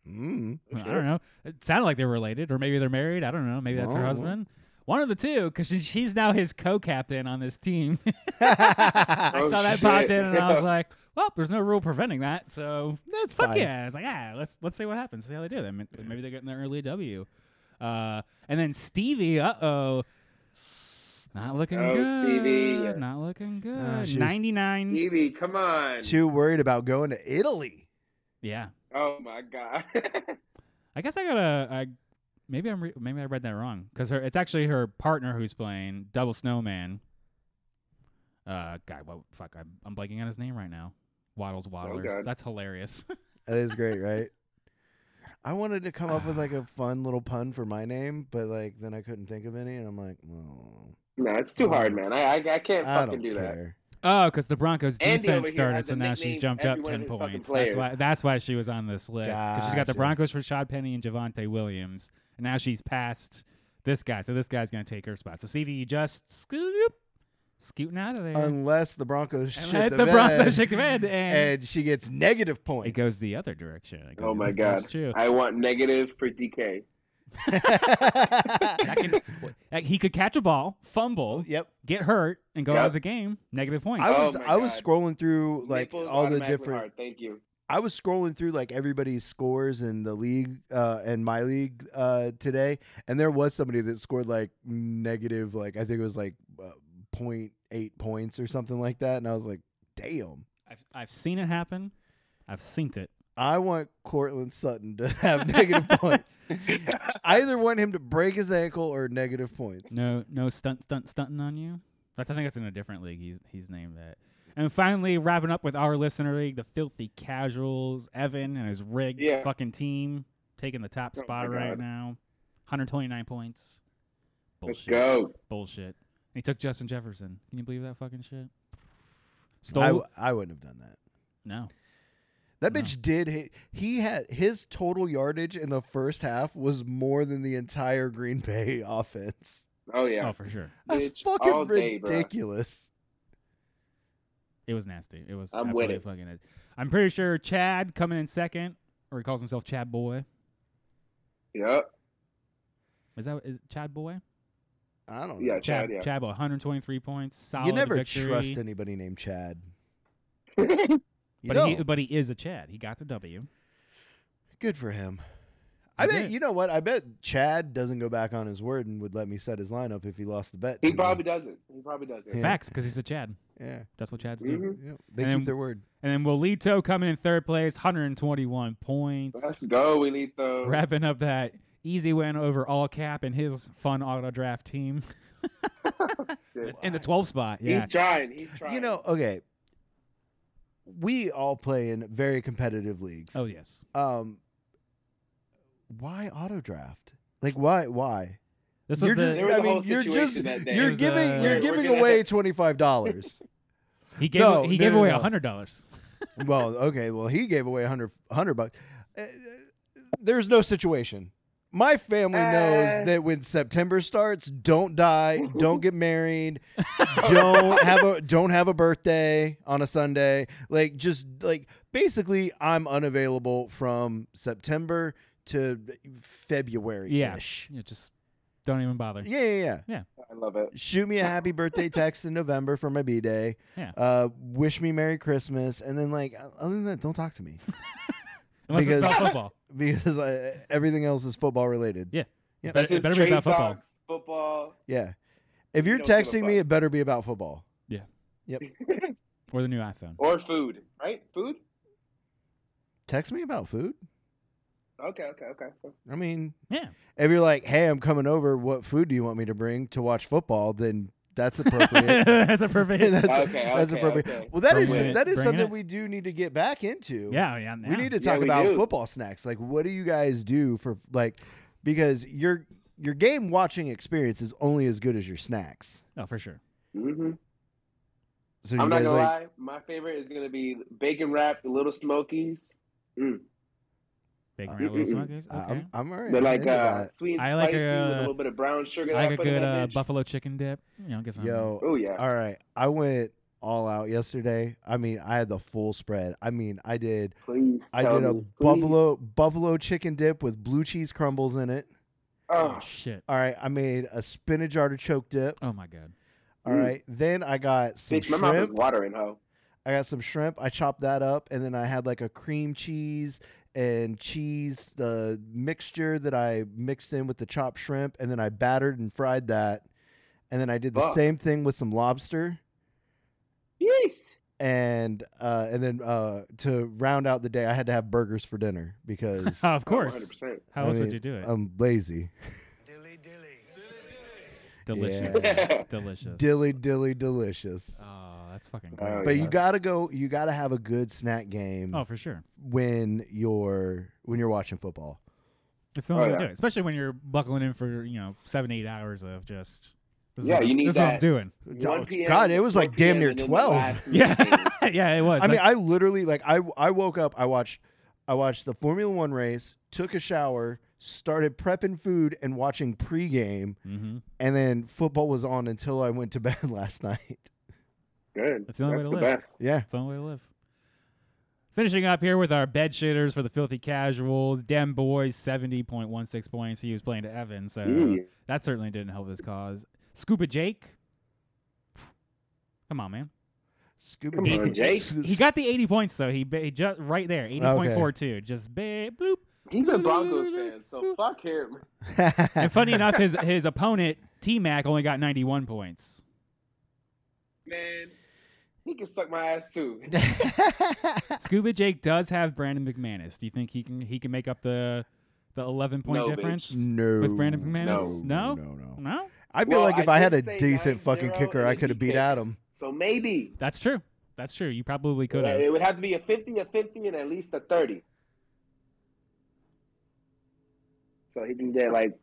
Mm.
I don't know it sounded like they were related or maybe they're married I don't know maybe that's her
Oh.
husband one of the two because she, she's now his co-captain on this team
Mm.
I
Oh,
saw that popped
shit.
in and I
Yeah.
was like well there's no rule preventing that so
That's
fuck
fine.
yeah it's like ah let's let's see what happens see how they do that May- maybe they're getting the early W uh and then Stevie uh oh. Not looking
Oh,
good.
Stevie.
Not looking good.
Ah, she's-
99.
Stevie, come on.
Too worried about going to Italy.
Yeah.
Oh my god.
I guess I got to I maybe I'm re- maybe I read that wrong cuz her it's actually her partner who's playing Double Snowman. Uh god, what fuck I'm, I'm blanking on his name right now. Waddles Waddlers.
Oh, God.
That's hilarious.
That is great, right? I wanted to come up with like a fun little pun for my name, but like then I couldn't think of any, and I'm like, well,
no, it's too hard, man. I I, I can't
Mm-hmm. I
fucking
don't
do that.
care.
oh, cuz the Broncos
Andy over
defense
here
started
has
so
a
now she's
nickname for
jumped up
every one of
10
his fucking
points. That's why
players.
that's why she was on this list cuz she's got the
Gotcha.
Broncos for Rashad Penny and Javante Williams and now she's past this guy. So this guy's going to take her spot. So Stevie you just scoop scooting out of there.
Unless the Broncos shit
And let
the,
the Broncos
bed,
shake the bed, and,
and she gets negative points.
it goes the other direction. It goes
Oh
the
my
other- that's
God.
true.
I want negative for DK.
That can- w- uh, he could catch a ball, fumble,
yep.
get hurt, and go out
Yep.
of the game. Negative points.
Oh, I
Oh
was
my
I was
God.
scrolling through like
Nipples
all the
automatically
different.
hard. Thank you.
I was scrolling through like everybody's scores in the league uh, and my league uh, today, and there was somebody that scored like negative, like I think it was like uh, 0.8 points or something like that, and I was like, damn.
I've, I've seen it happen. I've seen it.
I want Cortland Sutton to have negative points. I either want him to break his ankle or negative points.
No, no stunt, stunt, stunting on you. That's, I think that's in a different league. He's he's named that. And finally, wrapping up with our listener league, the filthy casuals, Evan and his rigged
Yeah.
fucking team taking the top
Oh
spot
my
right
God.
now, 129 points.
Let's
Bullshit.
go.
Bullshit. And he took Justin Jefferson. Can you believe that fucking shit? Stole.
I, w- I wouldn't have done that.
no.
That
No.
bitch did hit. He had his total yardage in the first half was more than the entire Green Bay offense.
Oh yeah.
Oh, for sure.
That's
Bitch, all
fucking
day, bruh.
ridiculous.
It was nasty. It was
I'm with
absolutely
it.
fucking nasty. I'm pretty sure Chad coming in second, or he calls himself Chad Boy.
Yep.
Is that is it Chad Boy?
I don't know.
Yeah, Chad, yeah.
Chad Boy, 123 points. Solid
you never
victory.
trust anybody named Chad. You
But he
don't.
but he is a Chad. He got the W.
good for him.
He
I bet
did.
you know what? I bet Chad doesn't go back on his word and would let me set his lineup if he lost the bet.
He
to me.
probably doesn't. He probably doesn't.
Yeah. Mm-hmm.
Facts, because he's a Chad.
yeah.
That's what Chads do.
Mhm.
yeah. They
And then-
keep their word.
And then Walito coming in third place, 121 points.
Let's go. We need the
Wrapping up that easy win over all cap and his fun auto draft team
shit.
in the 12 spot. Yeah.
He's trying. He's trying.
You know, okay. We all play in very competitive leagues.
Oh yes.
Um, why auto draft? Like why? Why?
This
You're
was the
just-
there was
uh, I
a whole
mean, you're
situation
just-
that day.
You're
was,
giving
uh,
you're
We're-
giving
we're gonna-
away twenty five dollars.
he gave
No,
he
no,
gave
no,
away
no.
a hundred dollars.
well, okay. Well, he gave away 100, 100 bucks. Uh, uh, There's no situation. My family
Uh.
knows that when September starts, don't die, don't get married, don't have a don't have a birthday on a Sunday. Like just like basically I'm unavailable from September to February ish.
Yeah, just don't even bother.
Yeah, yeah, yeah.
I love it.
Shoot me a happy birthday text in November for my B day.
Yeah.
Uh, wish me Merry Christmas, and then like other than that, don't talk to me
Unless
Because-
it's about football.
because I, everything else is football related.
Yeah.
Yep.
But- It
This is
better be about
Trade
football.
Talks, football.
Yeah. If
You
you're
don't give a
texting me,
fuck.
it better be about football.
Or the new iPhone.
Or food, right? Food?
Text me about food.
Okay, okay, okay.
I mean,
Yeah.
If you're like, hey, I'm coming over. What food do you want me to bring to watch football? Then that's appropriate.
That's a perfect.
that's,
Okay,
that's
okay,
appropriate.
okay.
Well, that
Bring
is
it.
that is
Bring
something
it.
we do need to get back into.
Yeah, yeah.
we need to
Yeah,
talk
we
about
do.
football snacks. Like, what do you guys do for like? Because your your game watching experience is only as good as your snacks.
Oh, for sure.
Mm-hmm.
hmm
So you
I'm not
guys
gonna
like,
lie. My favorite is gonna be bacon wrapped Little Smokies. Mm.
Bacon
Uh,
wrapped little smokies.
I-
Okay.
I'm, I'm all right.
But
I'm
like
into
uh,
that.
sweet and
I like
spicy
a-
with a little bit of brown sugar.
I
that
like a
put in
good
that
uh,
bitch.
buffalo chicken dip. You know, get some.
yo,
Oh yeah.
All right. I went all out yesterday. I mean, I had the full spread. I mean, I did
Please.
I
tell
did a
me. Please.
buffalo buffalo chicken dip with blue cheese crumbles in it.
Oh,
Oh shit.
All right. I made a spinach artichoke dip.
Oh my god.
All
Mm.
right. Then I got some
bitch, my mouth is
shrimp.
watering, ho.
I got some shrimp. I chopped that up and then I had like a cream cheese and cheese the mixture that I mixed in with the chopped shrimp and then I battered and fried that. And then I did the
Fuck.
same thing with some lobster.
Yes.
and uh, and then uh, to round out the day, I had to have burgers for dinner because
Oh, of
Hundred
course.
percent. oh,
How
I
else would
mean,
you do it?
I'm lazy.
Delicious.
yeah.
Delicious.
Dilly dilly delicious.
Oh, that's fucking
Oh,
great.
but
yeah.
you gotta go. You gotta have a good snack game
Oh, for sure.
when you're when you're watching football.
It's the only
Oh,
way to
yeah.
do it, especially when you're buckling in for you know seven, eight hours of just. This is
Yeah,
what I'm-
you need
This is what I'm
that.
doing.
1 PM,
God, it was like
4
damn
PM,
near
and then the
12.
last meeting.
Yeah, yeah, it was.
I mean, I literally like I I woke up. I watched I watched the Formula One race. Took a shower. Started prepping food and watching pregame,
mm-hmm.
and then football was on until I went to bed last night.
Good.
That's the only way to
the
live.
best.
Yeah.
It's the only way to live. Finishing up here with our bed shitters for the filthy casuals. Dem boys, seventy point one six points. He was playing to Evan, so
Mm.
that certainly didn't help his cause. Scuba Jake, come on, man.
Scooby
Come
Doo.
on, Jake.
He got the eighty points though. He, ba- he just right there, eighty point four two. Just ba- bloop.
He's a Broncos fan, so fuck him.
And funny enough, his his opponent T Mac only got ninety one points.
Man, he can suck my ass too.
Scuba Jake does have Brandon McManus. Do you think he can he can make up the the eleven point
No, bitch.
difference?
no.
With Brandon McManus? No?
No. No. no.
No,
I feel
Well,
like if I, had a
did say
decent
9-0
fucking kicker,
and
I
then
could have
he
beat
kicks.
Adam.
So maybe
that's true. That's true. You probably could
Uh,
have. Oh,
it would have to be a fifty, a fifty, and at least a thirty. So he can get like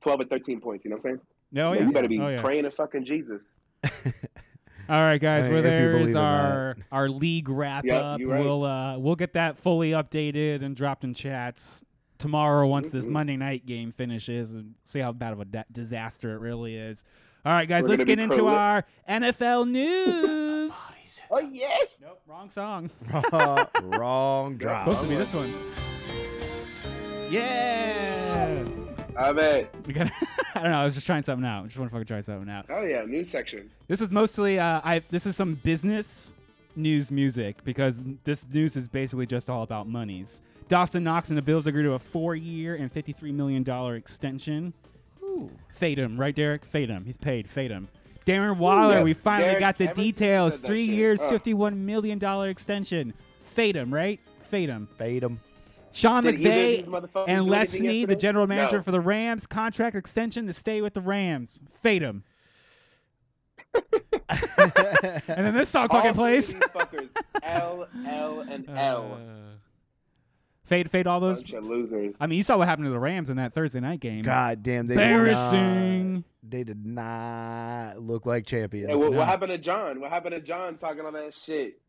twelve or thirteen points. You know what I'm saying?
No,
Man,
yeah.
you better be
oh, yeah.
praying to fucking Jesus.
All right, guys.
Hey,
Well,
if you
there
believe
is
in
our our league wrap
Yep,
up.
you're right.
We'll uh, we'll get that fully updated and dropped in chats tomorrow once this
Mhm.
Monday night game finishes and see how bad of a da- disaster it really is. All right, guys.
We're
let's
gonna be
get into
pro-lit.
our NFL news.
Oh yes.
nope, wrong song.
Uh, wrong drop.
Supposed to be this one. Yeah.
I bet.
We got. I don't know. I was just trying something out. Just want to fucking try something out.
Oh yeah, news section.
This is mostly uh, I. This is some business news music because this news is basically just all about monies. Dawson Knox and the Bills agree to a four-year and fifty-three million dollar extension. Fade him, right, Derek? Fade him. He's paid. Fade him. Darren Waller,
yeah.
we finally
Derek,
got the
ever since you
details.
said that
Three
shit.
years,
Ugh.
fifty-one million dollar extension. Fade him, right? Fade him.
Fade him.
Sean
Did either of these
McVay
motherfuckers
and
do
Les
anything
Snead, the
yesterday?
general manager
No.
for the Rams, contract extension to stay with the Rams. Fade him. And then this song
All
fucking
three
plays.
of These fuckers. L L and L.
Uh, fade, fade all those.
Bunch of losers.
I mean, you saw what happened to the Rams in that Thursday night game.
God damn, they Did not,
Embarrassing.
they did not look like champions.
Hey, what,
No.
what happened to John? What happened to John talking all that shit?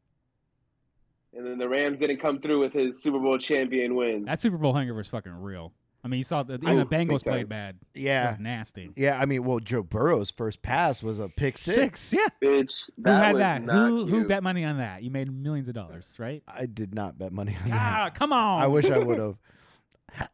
And then the Rams didn't come through with his Super Bowl champion win.
That Super Bowl hangover is fucking real. I mean, you saw the, even the
big
Bengals
time.
played bad. It
Yeah.
was nasty.
Yeah, I mean, well, Joe Burrow's first pass was a pick six.
yeah.
Bitch,
Who
that
had
was
that?
not
Who who
cute.
bet money on that? You made millions of dollars, right?
I did not bet money on that.
Ah, come on.
I wish I would have.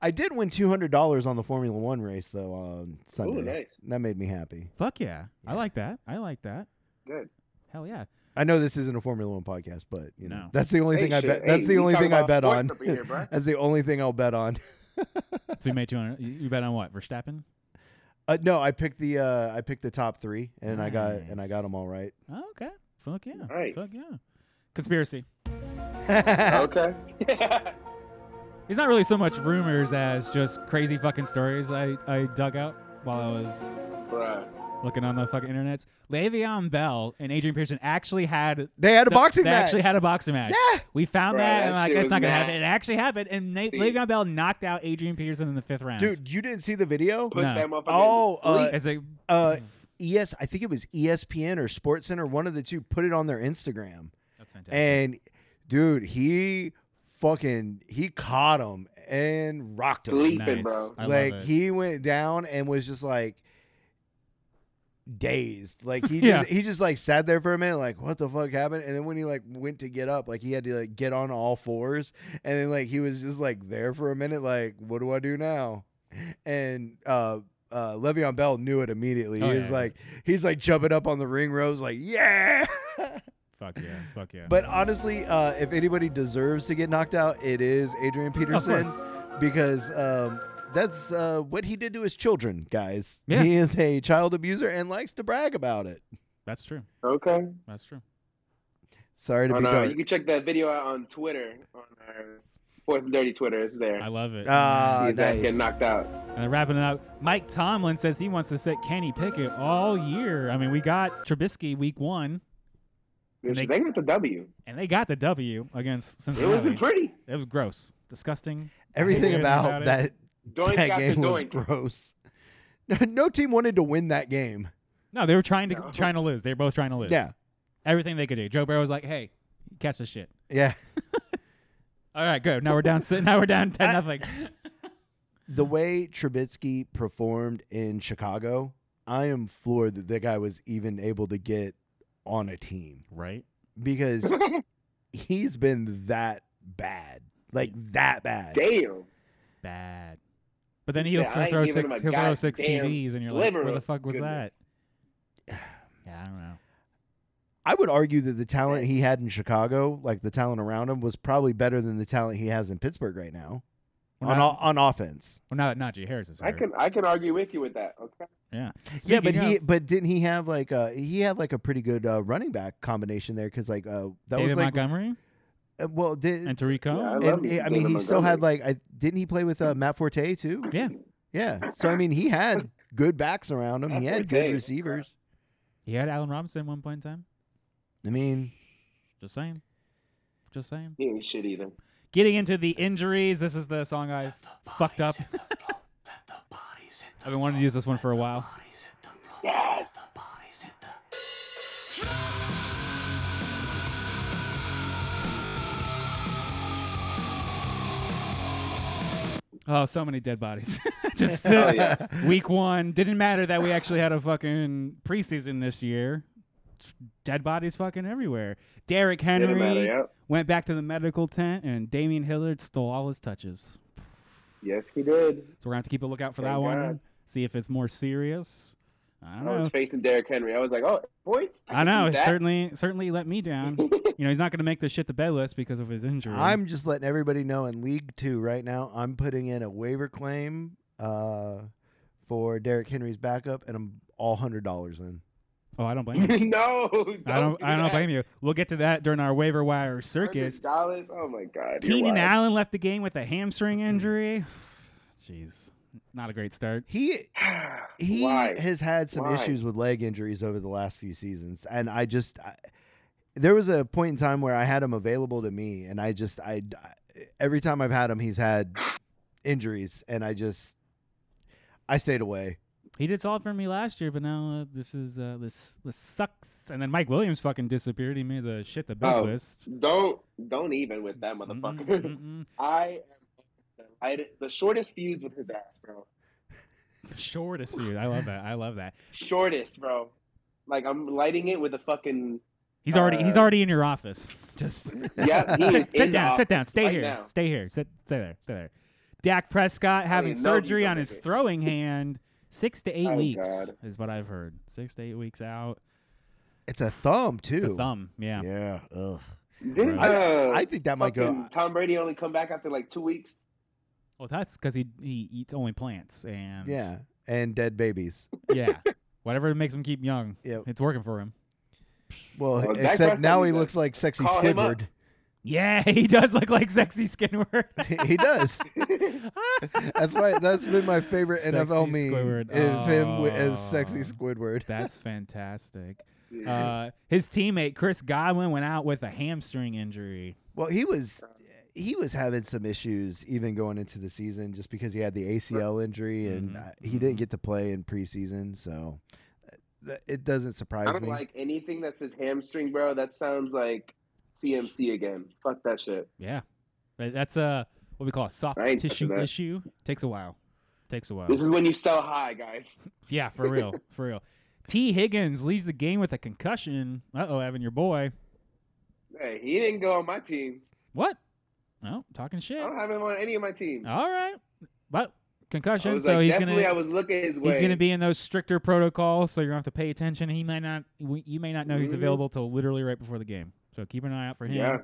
I did win two hundred dollars on the Formula One race though on Sunday.
nice.
That made me happy.
Fuck yeah.
Yeah.
I like that. I like that.
Good.
Hell yeah.
I know this isn't a Formula One podcast, but you know
No.
that's the only
Hey,
thing I
shit.
bet.
Hey,
That's the
we
only
talk
thing I
about
bet on.
sports up in here, bruh.
that's the only thing I'll bet on.
So you made 200. You you bet on what? Verstappen?
Uh, no, I picked the uh, I picked the top three, and I got and I
Nice.
got them all right.
Oh, okay. Fuck yeah.
Nice.
Fuck yeah. Conspiracy.
Okay.
It's not really so much rumors as just crazy fucking stories I, I dug up while I was
Bruh.
looking on the fucking internets. Le'Veon Bell and Adrian Pearson actually had
they had a
the-
boxing
they
match.
actually had a boxing match.
Yeah.
We found
Bro,
that,
that
and like
shit
that's
was
not gonna
mad.
happen. It actually happened, and Na-
See?
Le'Veon Bell knocked out Adrian Peterson in the fifth round.
Dude, you didn't see the video?
Put
No.
that motherfucker
Oh,
to sleep.
as a
Uh, ES, I think it was E ESPN or Sports Center, one of the two, put it on their Instagram.
that's fantastic.
And dude, he fucking he caught him and rocked him.
Sleep. sleeping,
nice.
bro.
I
like
love it.
he went down and was just like dazed. Like he
Yeah.
just he just like sat there for a minute, like what the fuck happened? And then when he like went to get up, like he had to like get on all fours, and then like he was just like there for a minute, like what do I do now? And uh. Uh, Le'Veon Bell knew it immediately. He
Oh,
was
yeah.
like, he's like jumping up on the ring ropes, like yeah.
fuck yeah, fuck yeah.
but honestly, uh, if anybody deserves to get knocked out, it is Adrian
of
Peterson
course,
because um, that's uh, what he did to his children, guys.
Yeah.
He is a child abuser and likes to brag about it.
that's true.
Okay.
That's true.
Sorry to
Oh,
be
no,
dark.
you can check that video out on Twitter on our Fourth and Dirty Twitter. It's there.
I love it.
Ah,
See that
nice.
get knocked out.
and then Uh, wrapping it up, Mike Tomlin says he wants to sit Kenny Pickett all year. I mean, we got Trubisky week one,
They,
They-
got the W.
and they got the W against
It
Cincinnati.
wasn't pretty.
It was gross, disgusting.
Everything
Everything
about,
about it.
that,
Doink
that
got the
game was
doink.
gross. No, no team wanted to win that game.
No, they were trying to
No.
trying to lose. They were both trying to lose.
Yeah.
everything they could do. Joe Burrow was like, "Hey, catch this shit."
Yeah.
All right, good. Now we're down. si- now we're down ten
I-
nothing.
The way Trubisky performed in Chicago, I am floored that that guy was even able to get on a team
Right.
because he's been that bad. Like that bad.
Damn.
bad. But then he'll
Yeah, I
throw,
ain't
throw
giving
six.
him a
He'll throw six
goddamn
TDs, and you're like,
sliver
"Where the
of
fuck was
goodness.
that?" Yeah, I don't know.
I would argue that the talent he had in Chicago, like the talent around him, was probably better than the talent he has in Pittsburgh right now
Well,
on
now-
o- on offense.
Well, now that Najee Harris is
I
hurt.
can I can argue with you with that. Okay.
yeah.
yeah, but
Speaking
he
of,
but didn't he have like uh he had like a pretty good uh, running back combination there because like uh that
David
was like
Montgomery
uh, well did
and Tariq Cohen.
Yeah, I
and,
love
he-
you,
I mean he
David
still had like I didn't he play with uh, Matt Forte too
yeah,
yeah so I mean he had good backs around him
Matt
he had
Forte,
good
yeah.
receivers
he had Allen Robinson at one point in time.
I mean
Just saying. Just saying.
He ain't shit either.
Getting into the injuries. This is the song I fucked up. I've been wanting to use this one for a while.
Yes.
Oh, so many dead bodies. Just
Oh, yes.
week one didn't matter that we actually had a fucking preseason this year. Dead bodies fucking everywhere. Derrick Henry
Didn't matter. Yep.
went back to the medical tent, and Damian Hillard stole all his touches.
Yes, he did.
So we're gonna have to keep a lookout for
Thank
that one.
God.
See if it's more serious. I
I
don't know.
was facing Derrick Henry. I was like, oh, points.
I know. It
Certainly.
certainly certainly let me down. you know, he's not gonna make the shit to bed list because of his injury.
I'm just letting everybody know in League Two right now, I'm putting in a waiver claim uh, for Derrick Henry's backup, and I'm all hundred dollars in.
oh, I don't blame you.
no.
I don't
do
I don't
that.
blame you. We'll get to that during our waiver wire circus.
$100? Oh my God. you're
Keenan
wild.
Allen left the game with a hamstring injury. Jeez, not a great start.
He he
Why?
has had some
Why?
issues with leg injuries over the last few seasons, and I just I, there was a point in time where I had him available to me, and I just I every time I've had him, he's had injuries, and I just I stayed away.
He did solid for me last year, but now uh, this is uh, this this sucks. And then Mike Williams fucking disappeared. He made the shit the bed
Oh,
list.
Don't don't even with that motherfucker.
Mm-mm, mm-mm.
I am I had the shortest fuse with his ass, bro.
Shortest dude. I love that. I love that.
Shortest, bro. Like I'm lighting it with a fucking
He's already he's
Uh,
already in your office. Just
yeah. He is
sit, sit
in the
down, sit down,
office
stay
right
here,
now.
stay here, sit, stay there, stay there. Dak Prescott having
even know if he's
surgery
gonna
on
make
his
it.
throwing hand, six to eight
Oh,
weeks
God.
is what I've heard. Six to eight weeks out.
It's a thumb too.
It's a thumb, yeah.
Yeah. Ugh.
Didn't,
I-
uh,
I think that might go.
fucking Tom Brady only come back after like two weeks.
Well, that's because he he eats only plants and
Yeah. And dead babies.
yeah, whatever makes him keep young.
Yep.
It's working for him.
Well,
Well, Dak
except now
Prescott
he
needs to
looks like sexy
call him up.
Squidward.
Yeah, he does look like sexy Squidward.
he does. that's why that's been my favorite
Sexy
NFL meme
Squidward.
is him wi- as
Oh.
sexy Squidward.
that's fantastic. Uh, his teammate Chris Godwin went out with a hamstring injury.
Well, he was he was having some issues even going into the season just because he had the ACL injury and
Mhm,
uh, he didn't get to play in preseason, so uh, th- it doesn't surprise
I don't
me.
like anything that says hamstring, bro. That sounds like CMC again. Fuck that shit.
Yeah, That- that's a what we call a soft
I ain't
tissue
touching that.
issue. Takes a while. Takes a while.
This is when you sell high, guys.
yeah, for real, for real. T. Higgins leaves the game with a concussion. Uh oh, Evan, your boy.
Hey, he didn't go on my team.
What? No, talking
I
shit.
don't have him on any of my teams.
All right, but
I
concussion.
was
So
like,
he's
definitely,
gonna
I was looking his way.
he's gonna be in those stricter protocols. So you're gonna have to pay attention. He might not. we- You may not know he's
Mhm.
available till literally right before the game. So keep an eye out for him.
Yeah.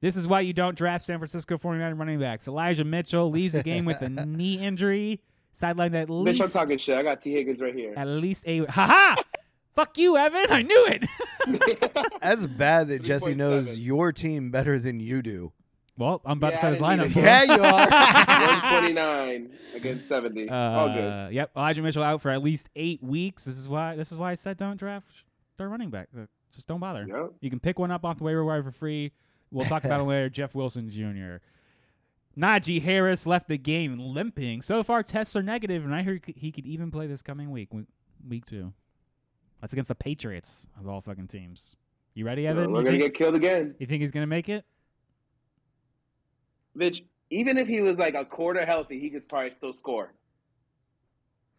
This is why you don't draft San Francisco 49 running backs. Elijah Mitchell leaves the game with a knee injury, sidelined at
Bitch,
least
I'm talking shit. I got T. Higgins right here.
at least a ha ha. Fuck you, Evan. I knew it.
That's bad that Jesse knows
3.7.
your team better than you do.
well, I'm about
Yeah,
to set his
I didn't
lineup.
even-
for him.
Yeah, you are.
129 against 70. All good.
Uh, Yep, Elijah Mitchell out for at least eight weeks. This is why. This is why I said don't draft their running back. Uh, Just don't bother.
Yep.
You can pick one up off the waiver wire for free. We'll talk about it later. Jeff Wilson Jr. Najee Harris left the game limping. So far, tests are negative, and I heard he could even play this coming week, week- week two. That's against the Patriots of all fucking teams. You ready,
So
Evan?
we're
you,
gonna
think,
get killed again.
you think he's gonna make it?
Bitch, even if he was like a quarter healthy, he could probably still score.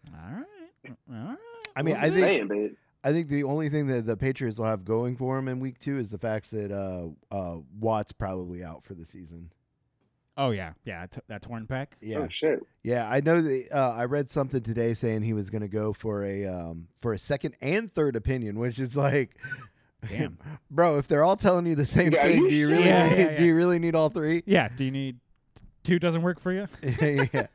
All right. All right.
I mean,
I'm
I
just
think
saying, bitch.
I think the only thing that the Patriots will have going for him in week two is the fact that uh, uh, Watt's probably out for the season.
Oh yeah, yeah. T- that torn pack.
Yeah,
Oh, shit.
yeah. I know that uh, I read something today saying he was going to go for a um, for a second and third opinion, which is like,
Damn.
bro, if they're all telling you the same
Yeah, are
thing,
you
do you
sure?
really
Yeah,
need,
yeah,
do
yeah.
you really need all three?
yeah. Do you need two? Doesn't work for you.
yeah.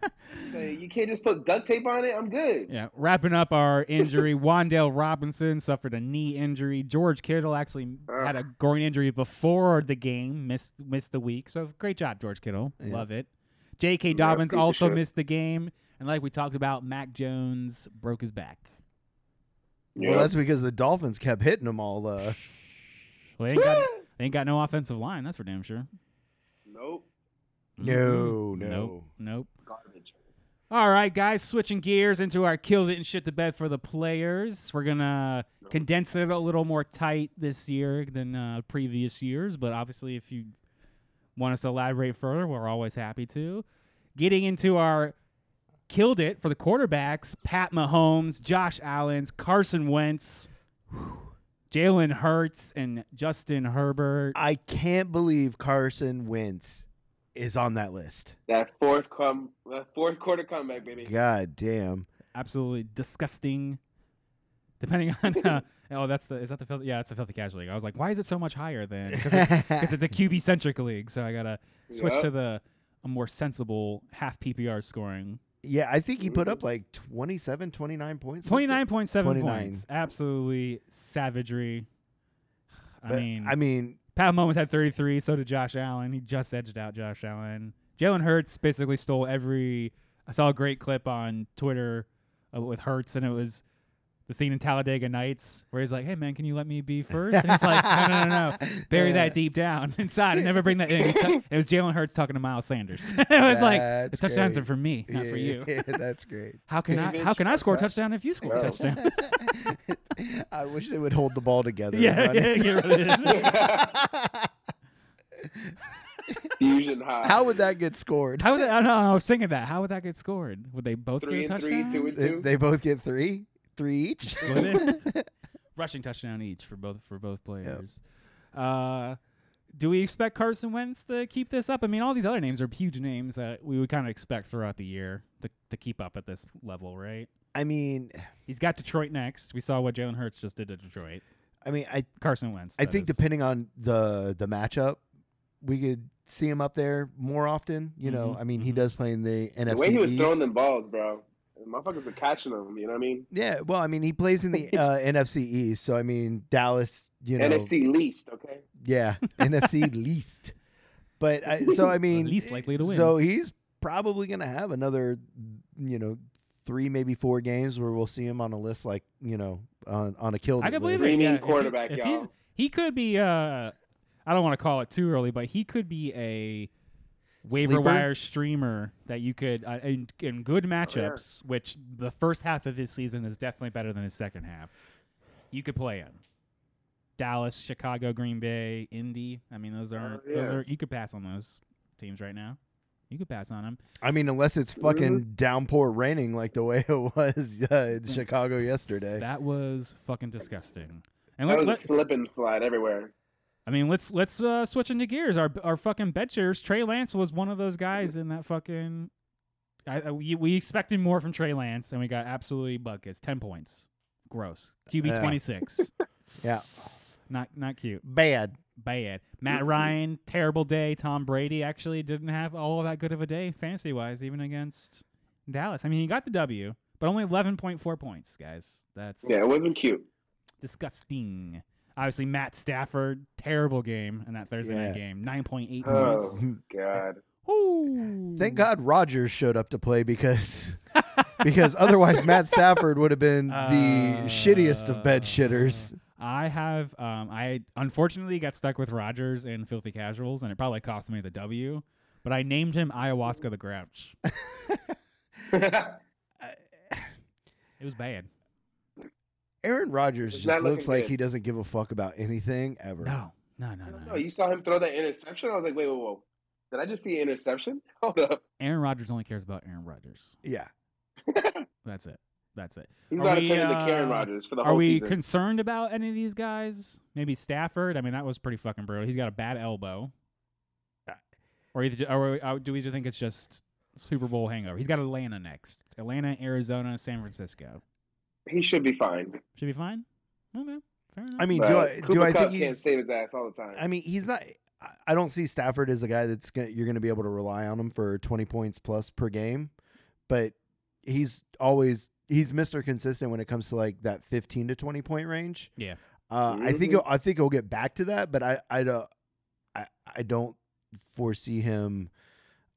So you can't just put duct tape on it. I'm good.
Yeah, wrapping up our injury, Wandale Robinson suffered a knee injury. George Kittle actually
Ugh.
had a groin injury before the game, missed missed the week. So great job, George Kittle.
Yeah.
Love it. J.K.
Yeah,
Dobbins
piece of
also
shit.
missed the game, and like we talked about, Mac Jones broke his back.
Well, that's because the Dolphins kept hitting them all. Uh,
Well, they, ain't got, they ain't got no offensive line, that's for damn sure. Mm-hmm.
nope.
no, no.
Nope. Nope.
Garbage.
All right, guys, switching gears into our killed it and shit to bed for the players. We're going to condense it a little more tight this year than uh, previous years, but obviously, if you want us to elaborate further, we're always happy to. Getting into our killed it for the quarterbacks Pat Mahomes, Josh Allen's, Carson Wentz, Jalen Hurts, and Justin Herbert.
I can't believe Carson Wentz is on that list.
That fourth come, that fourth quarter comeback, baby.
God damn.
absolutely disgusting. Depending on uh, oh, that's the is that the filthy yeah, that's the filthy cash league. I was like, why is it so much higher then? Because it's a QB centric league, so I gotta switch
Yep.
to the a more sensible half PPR scoring.
Yeah, I think he put up
Mhm.
like 27, 29 points.
Twenty nine point seven
29.
points, absolutely savagery. I
But,
mean,
I mean,
Pat Mahomes had thirty three. So did Josh Allen. He just edged out Josh Allen. Jalen Hurts basically stole every. I saw a great clip on Twitter uh, with Hurts, and it was the scene in Talladega Nights where he's like, "Hey man, can you let me be first? And he's like, "No, no, no, no." Bury that deep down inside and never bring that in. He's ta- it was Jalen Hurts talking to Miles Sanders. it was like the
That's
touchdowns
great.
are for me, not for you.
Yeah, that's great.
How can I how can I score a touchdown if you score a
No.
touchdown?
I wish they would hold the ball together.
yeah,
and run
yeah,
it.
get rid of it.
Fusion high.
How would that get scored?
How would that, I don't know. I was thinking that. How would that get scored? Would they both
Three
get a
and
touchdown?
three, two and
They,
two.
they both get three, three each.
Split Rushing touchdown each for both for both players. Uh, do we expect Carson Wentz to keep this up? I mean, all these other names are huge names that we would kind of expect throughout the year to, to keep up at this level, right?
I mean,
He's got Detroit next. We saw what Jalen Hurts just did to Detroit.
I mean, I
Carson Wentz.
I
that
think
is.
depending on the the matchup, we could see him up there more often. You know,
Mhm,
I mean, he
mhm.
does play in the NFC.
the way he was
East.
throwing them balls, bro. Motherfuckers were catching them. You know what I mean?
Yeah, well, I mean, he plays in the uh, NFC East, so I mean, Dallas. You know,
NFC least, okay?
Yeah, NFC least. But I, so I mean,
least likely to win.
So he's probably going to have another, you know, three maybe four games where we'll see him on a list like you know on on a kill.
I can believe it.
Premium
yeah, if he-
quarterback,
if
y'all.
he's- he could be. Uh, I don't want to call it too early, but he could be a waiver
Sleeper?
wire streamer that you could uh, in, in good
Oh,
matchups, which the first half of his season is definitely better than his second half. You could play him. Dallas, Chicago, Green Bay, Indy. I mean, those aren't. Those
Oh, yeah.
are. You could pass on those teams right now. You could pass on them.
I mean, unless it's fucking downpour raining like the way it was uh, in Chicago yesterday.
That was fucking disgusting. And
That
let,
was a
let,
slip and slide everywhere.
I mean, let's let's uh, switch into gears. Our our fucking bed shares. Trey Lance was one of those guys in that fucking. I, I- we we expected more from Trey Lance, and we got absolutely buckets. Ten points, gross. QB
Yeah.
twenty six.
Yeah,
not not cute.
bad.
Bad. Matt Ryan, terrible day. Tom Brady actually didn't have all that good of a day fantasy wise, even against Dallas. I mean, he got the W, but only eleven point four points, guys. That's
Yeah, it wasn't cute.
disgusting. Obviously, Matt Stafford, terrible game in that Thursday night
Yeah.
game, nine point eight
Oh,
points.
God.
Ooh.
Thank God Rogers showed up to play because because otherwise Matt Stafford would have been the shittiest of bed shitters.
I have, um, I unfortunately got stuck with Rogers and Filthy Casuals, and it probably cost me the W. But I named him Ayahuasca the Grouch. It was bad.
Aaron Rodgers
It's
just
not
looks
looking
like
good.
he doesn't give a fuck about anything ever.
No, no, no,
I don't
no.
know. You saw him throw that interception? I was like, wait, whoa, whoa. Did I just see an interception? Hold up.
Aaron Rodgers only cares about Aaron Rodgers.
Yeah.
That's it. That's it.
He's
Are
got to
we,
turn into
uh,
Karen Rodgers for the
Are
whole
we
season.
concerned about any of these guys? Maybe Stafford. I mean, that was pretty fucking brutal. He's got a bad elbow. Or either, or uh, do we just think it's just Super Bowl hangover? He's got Atlanta next. Atlanta, Arizona, San Francisco.
He should be fine.
Should be fine. Okay, fair enough.
I mean,
But
do I
Cooper
do I
Kupp
think
can't
he's?
save his ass all the time.
I mean, he's not. I- I don't see Stafford as a guy that's gonna, you're going to be able to rely on him for 20 points plus per game, but he's always he's Mister Consistent when it comes to like that 15 to 20 point range.
Yeah.
Uh, I think
Mhm.
he'll, I think he'll get back to that, but I I don't I, I don't foresee him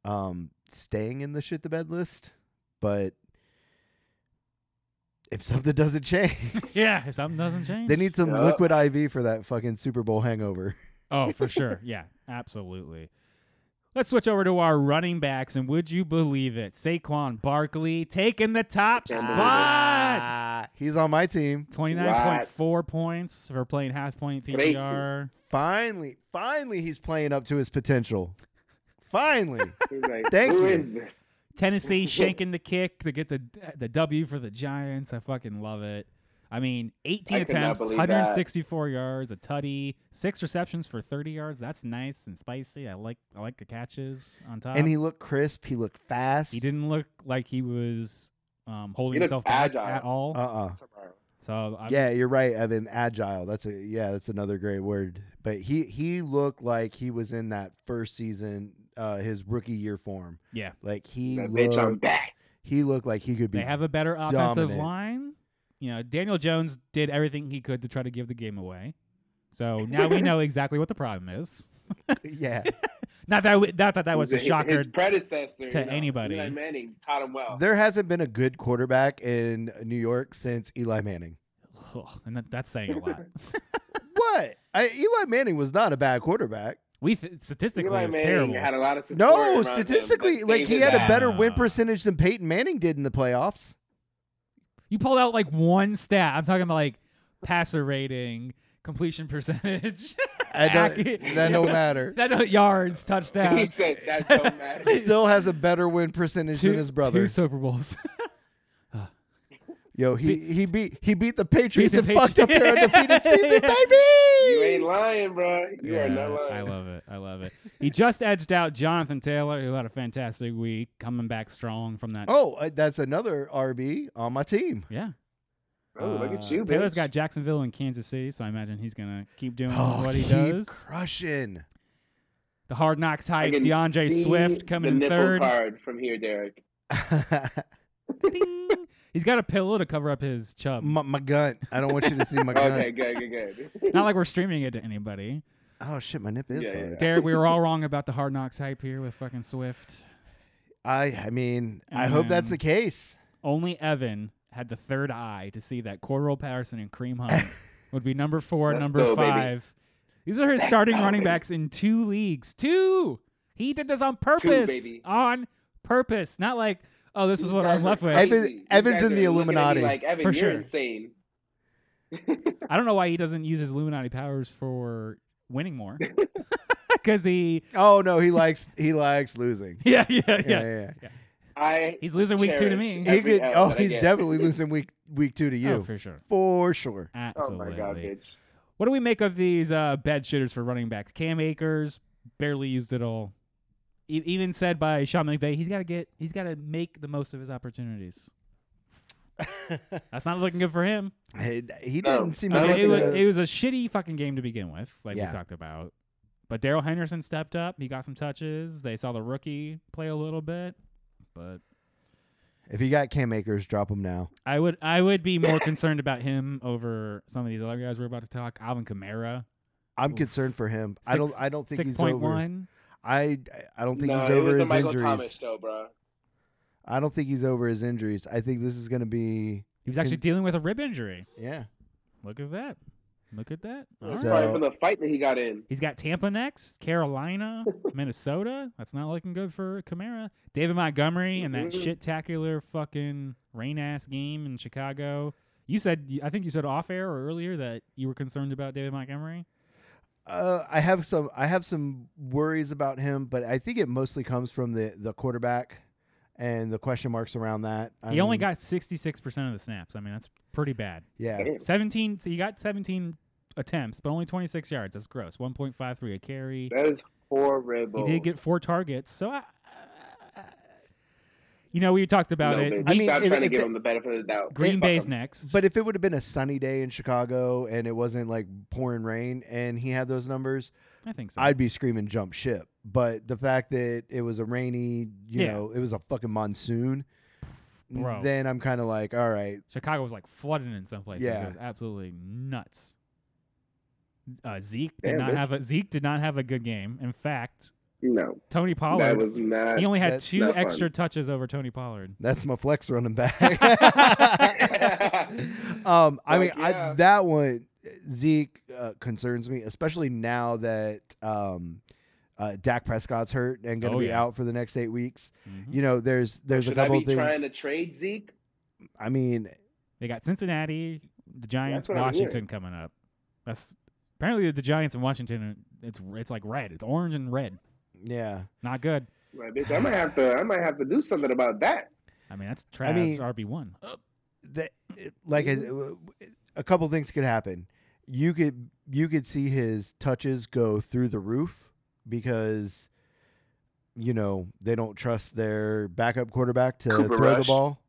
um, staying in the shit the bed list, but. If something doesn't change,
yeah, if something doesn't change.
they need some
Yeah.
liquid IV for that fucking Super Bowl hangover.
Oh, for sure. Yeah, absolutely. Let's switch over to our running backs, and would you believe it? Saquon Barkley taking the top
Can't believe it.
spot.
He's on my team.
29.4 points for playing half point
Crazy.
PPR.
Finally, finally, he's playing up to his potential. Finally,
Uh-huh.
He's like,
Thank
who
you.
is this?
Tennessee shanking the kick to get the the W for the Giants. I fucking love it. I mean, 18
I could not
attempts,
believe
164 yards, a tutty, six receptions for 30 yards. That's nice and spicy. I like I like the catches on top.
and he looked crisp. He looked fast.
He didn't look like he was um, holding
He looked
himself back
agile.
at all.
Uh uh
Tomorrow.
so I,
Yeah, you're right, Evan. Agile. That's a yeah. That's another great word. But he he looked like he was in that first season, uh, his rookie year form.
Yeah.
like he
That
looked,
bitch, I'm back.
he looked like he could be.
they have a better offensive
dominant.
line. You know, Daniel Jones did everything he could to try to give the game away. So now we know exactly what the problem is.
yeah,
Not that we, not that that was a
His-
shocker.
His predecessor
to
you know,
anybody.
Eli Manning taught him well.
there hasn't been a good quarterback in New York since Eli Manning.
Ugh, and that, that's saying a lot.
What? I, Eli Manning was not a bad quarterback.
We th- statistically
Eli
it's
Manning
terrible.
had a lot of support around
No,
him that
statistically, like
saved
he
his
had a
ass.
better win
Ah.
percentage than Peyton Manning did in the playoffs.
you pulled out like one stat. I'm talking about like passer rating, completion percentage.
I
Aki-
don't, that don't matter.
That don't- yards
he
touchdowns.
said that don't matter.
Still has a better win percentage
two,
than his brother.
two Super Bowls.
Yo, he he beat he beat the Patriots
the
and fucked up their
Patriots.
undefeated season,
Yeah.
baby.
You ain't lying, bro. You are
Yeah,
not lying.
I love it. I love it. He just edged out Jonathan Taylor, who had a fantastic week, coming back strong from that.
Oh, uh, that's another RB on my team.
Yeah.
Oh, look at
Uh,
you, bitch.
Taylor's got Jacksonville and Kansas City, so I imagine he's gonna keep doing
Oh,
what he
keep
does.
crushing.
The hard knocks
I
hype,
can
DeAndre
see
Swift
the
coming in
nipples
third.
hard from here, Derek.
Ding. He's got a pillow to cover up his chub.
my, my gun. I don't want you to see my gun.
Okay, good, good, good.
Not like we're streaming it to anybody.
Oh shit, my nip is
Yeah, yeah,
hard.
Derek, we were all wrong about the hard knocks hype here with fucking Swift.
I I mean, I hope that's
Um,
the case.
Only Evan had the third eye to see that Cordell Patterson and Cream Hunt would be number four,
Let's
number
go, baby.
five. These are his starting
go,
running
baby.
backs in two leagues. Two. He did this on purpose.
baby.
On purpose. Not like, oh, this is
You
what
guys
I'm
are
left with.
Evan-
crazy. You
Evan's
guys
in
are
the
looking at me
Illuminati,
Like Evan,
for
you're
sure.
insane.
I don't know why he doesn't use his Illuminati powers for winning more. Because he,
Oh no, he likes he likes losing.
yeah, yeah, yeah.
Yeah, yeah. yeah.
I
He's losing week two to
Cherish
me.
every
He could.
L
Oh,
that I
he's
get.
definitely losing week week two to you
Oh, for sure.
for sure.
Oh
Absolutely.
my god, bitch.
What do we make of these uh, bed shitters for running backs? Cam Akers barely used at all. E- even said by Sean McVay, he's got to get, he's got to make the most of his opportunities. That's not looking good for him.
He, he
No.
didn't seem
I
to
I mean,
look
it, was,
at-
it was a shitty fucking game to begin with, like
Yeah.
we talked about. But Daryl Henderson stepped up. He got some touches. They saw the rookie play a little bit, but
If you got Cam Akers, drop him now.
I would I would be more concerned about him over some of these other guys we're about to talk. Alvin Kamara,
I'm
Oof.
concerned for him. I
Six-
don't. I don't think
six
he's
point
over.
one.
I. I don't think
no,
he's
it
over
was the
his
Michael
injuries.
Thomas show, bro.
I don't think he's over his injuries. I think this is going to be.
He was actually
His-
dealing with a rib injury.
Yeah.
Look at that. Look at that.
So-
All right.
Probably from the fight that he got in.
He's got Tampa next, Carolina, Minnesota. That's not looking good for Kamara. David Montgomery and that
Mhm.
shit tacular fucking rain ass game in Chicago. You said I think you said off air or earlier that you were concerned about David Montgomery.
Uh, I have some. I have some worries about him, but I think it mostly comes from the the quarterback and the question marks around that. I
he only
mean,
got sixty six percent of the snaps. I mean that's pretty bad.
Yeah.
Damn.
17 so you got 17 attempts but only 26 yards that's gross 1.53 a carry
That is horrible.
he did get four targets so I, you know we talked about
no,
it
Bitch.
I mean,
Stop
if-
trying to
if
give
it-
him the benefit of the doubt.
green
Fuck
bay's
him.
next
But if it would have been a sunny day in Chicago and it wasn't like pouring rain and he had those numbers,
i think so
I'd be screaming jump ship. But the fact that it was a rainy, you
Yeah.
know, it was a fucking monsoon,
Bro.
then I'm kind of like, all right,
chicago was like flooding in some places
Yeah.
it was absolutely nuts uh, zeke did
Damn,
not
bitch.
have a zeke did not have a good game in fact
No,
tony
that
pollard
was not.
he only had
that's
two
not fun.
extra touches over tony pollard
that's my flex running back. um, I mean,
Fuck yeah.
I, that one Zeke uh, concerns me, especially now that um, uh, Dak Prescott's hurt and going to
Oh,
be
yeah.
out for the next eight weeks.
Mhm.
You know, there's there's
Mm-hmm. Should
a couple
I be
of things.
trying to trade Zeke?
I mean,
They got Cincinnati, the Giants,
what I'm
Washington
hearing.
coming up. That's apparently the Giants and Washington. It's it's like red. It's orange and red.
yeah.
Not good.
Right, bitch. I might have to. I might have to do something about that.
I mean, that's Travis
mean-
RB one.
that it- like I, a couple things could happen. You could you could see his touches go through the roof because you know they don't trust their backup quarterback to
Cooper
throw
Rush.
the ball.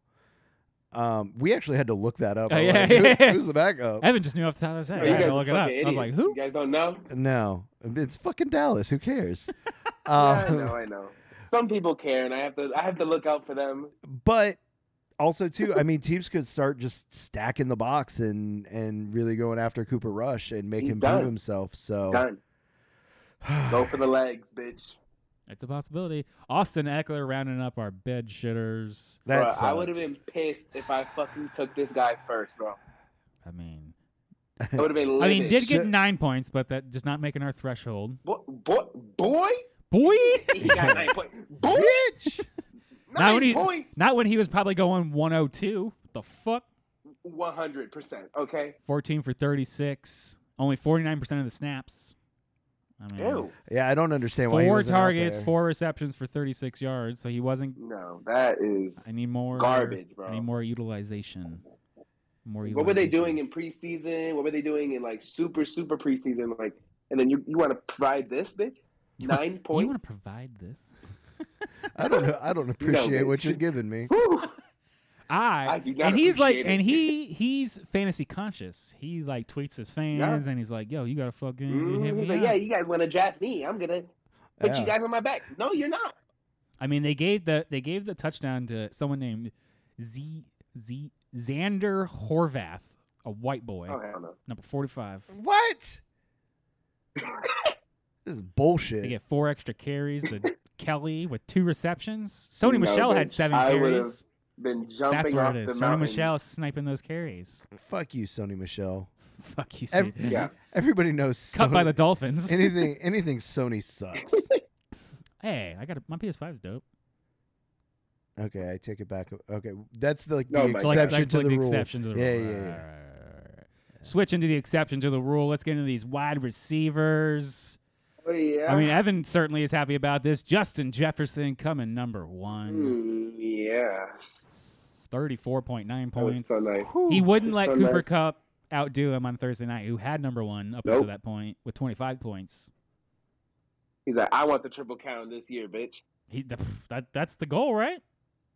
Um, we actually had to look that up.
Oh,
I'm
yeah,
like,
yeah,
"Who-
yeah."
who's the backup?
Evan just knew off the top of his head.
Oh,
I
you
had
guys
to
are
look it
fucking
up. I was
idiots.
like,
You
who?
guys don't know?
No, it's fucking Dallas. Who cares?
yeah, I
Um,
know. I know. Some people care, and I have to. I have to look out for them.
but also too, I mean, teams could start just stacking the box and and really going after Cooper Rush and make
He's
him
done.
prove himself. So
Done. Go for the legs, bitch.
It's a possibility. Austin Eckler rounding up our bed shitters.
That
Bruh, I would have
sucks.
been pissed if I fucking took this guy first, bro.
I mean,
I would have been.
I
Livid.
mean, did get
Shit.
nine points, but that just not making our threshold.
boy, boy, boy,
Boy,
he got nine points. Boy,
Bitch!
nine
when he-
points.
not when he was probably going 102. The fuck.
One hundred percent. Okay.
14 for 36, only 49% of the snaps. I mean,
Ew.
Yeah, I don't understand why he
four
wasn't out
targets,
there.
four receptions for 36 yards. So he wasn't.
No, that is
I need more
garbage,
I
bro.
need more utilization. More.
What were they
utilization.
doing in preseason? What were they doing in like super, super preseason? Like, and then you, you want to provide this, bitch? Nine
You want
points?
to provide this?
I don't know. I don't appreciate
bitch.
what you're giving me.
Whew.
I,
I do not
and he's like,
appreciate it.
and he he's fantasy conscious. He like tweets his fans,
Yeah.
and he's like, "Yo, you gotta fucking
Mhm.
hit me
He's like,
up."
yeah, you guys want to draft me? I'm gonna put
Yeah.
you guys on my back. No, you're not.
I mean, they gave the they gave the touchdown to someone named Z Z Xander Horvath, a white boy,
Oh hell no.
number forty five.
What? this is bullshit.
They get four extra carries. The Kelly with two receptions. Sony
No,
Michelle
bitch.
had seven
I would've
carries.
Been jumping
That's where
off
it
the
is. Sony
mountains.
Michelle sniping those carries.
Fuck you, Sony Michelle.
Fuck you,
Ev-
Sony.
Yeah.
Everybody knows.
Cut by
Sony-
the Dolphins.
anything. Anything Sony sucks.
hey, I got a, my PS5 is dope.
Okay, I take it back. Okay, that's the, like,
No,
the
but-
exception
So, like,
to
like
the, rule.
exception to the
Yeah,
rule. Right,
yeah, yeah.
right, right, right, right. Switching to the exception to the rule. Let's get into these wide receivers.
Oh, yeah.
I mean, Evan certainly is happy about this. Justin Jefferson coming number one,
Mm, yes.
34.9
That was
points.
so nice.
He wouldn't let
So
Cooper
nice.
Cup outdo him on Thursday night, who had number one up
Nope.
until that point with 25 points.
He's like, I want the triple crown this year, bitch.
He, th- that, that's the goal, right?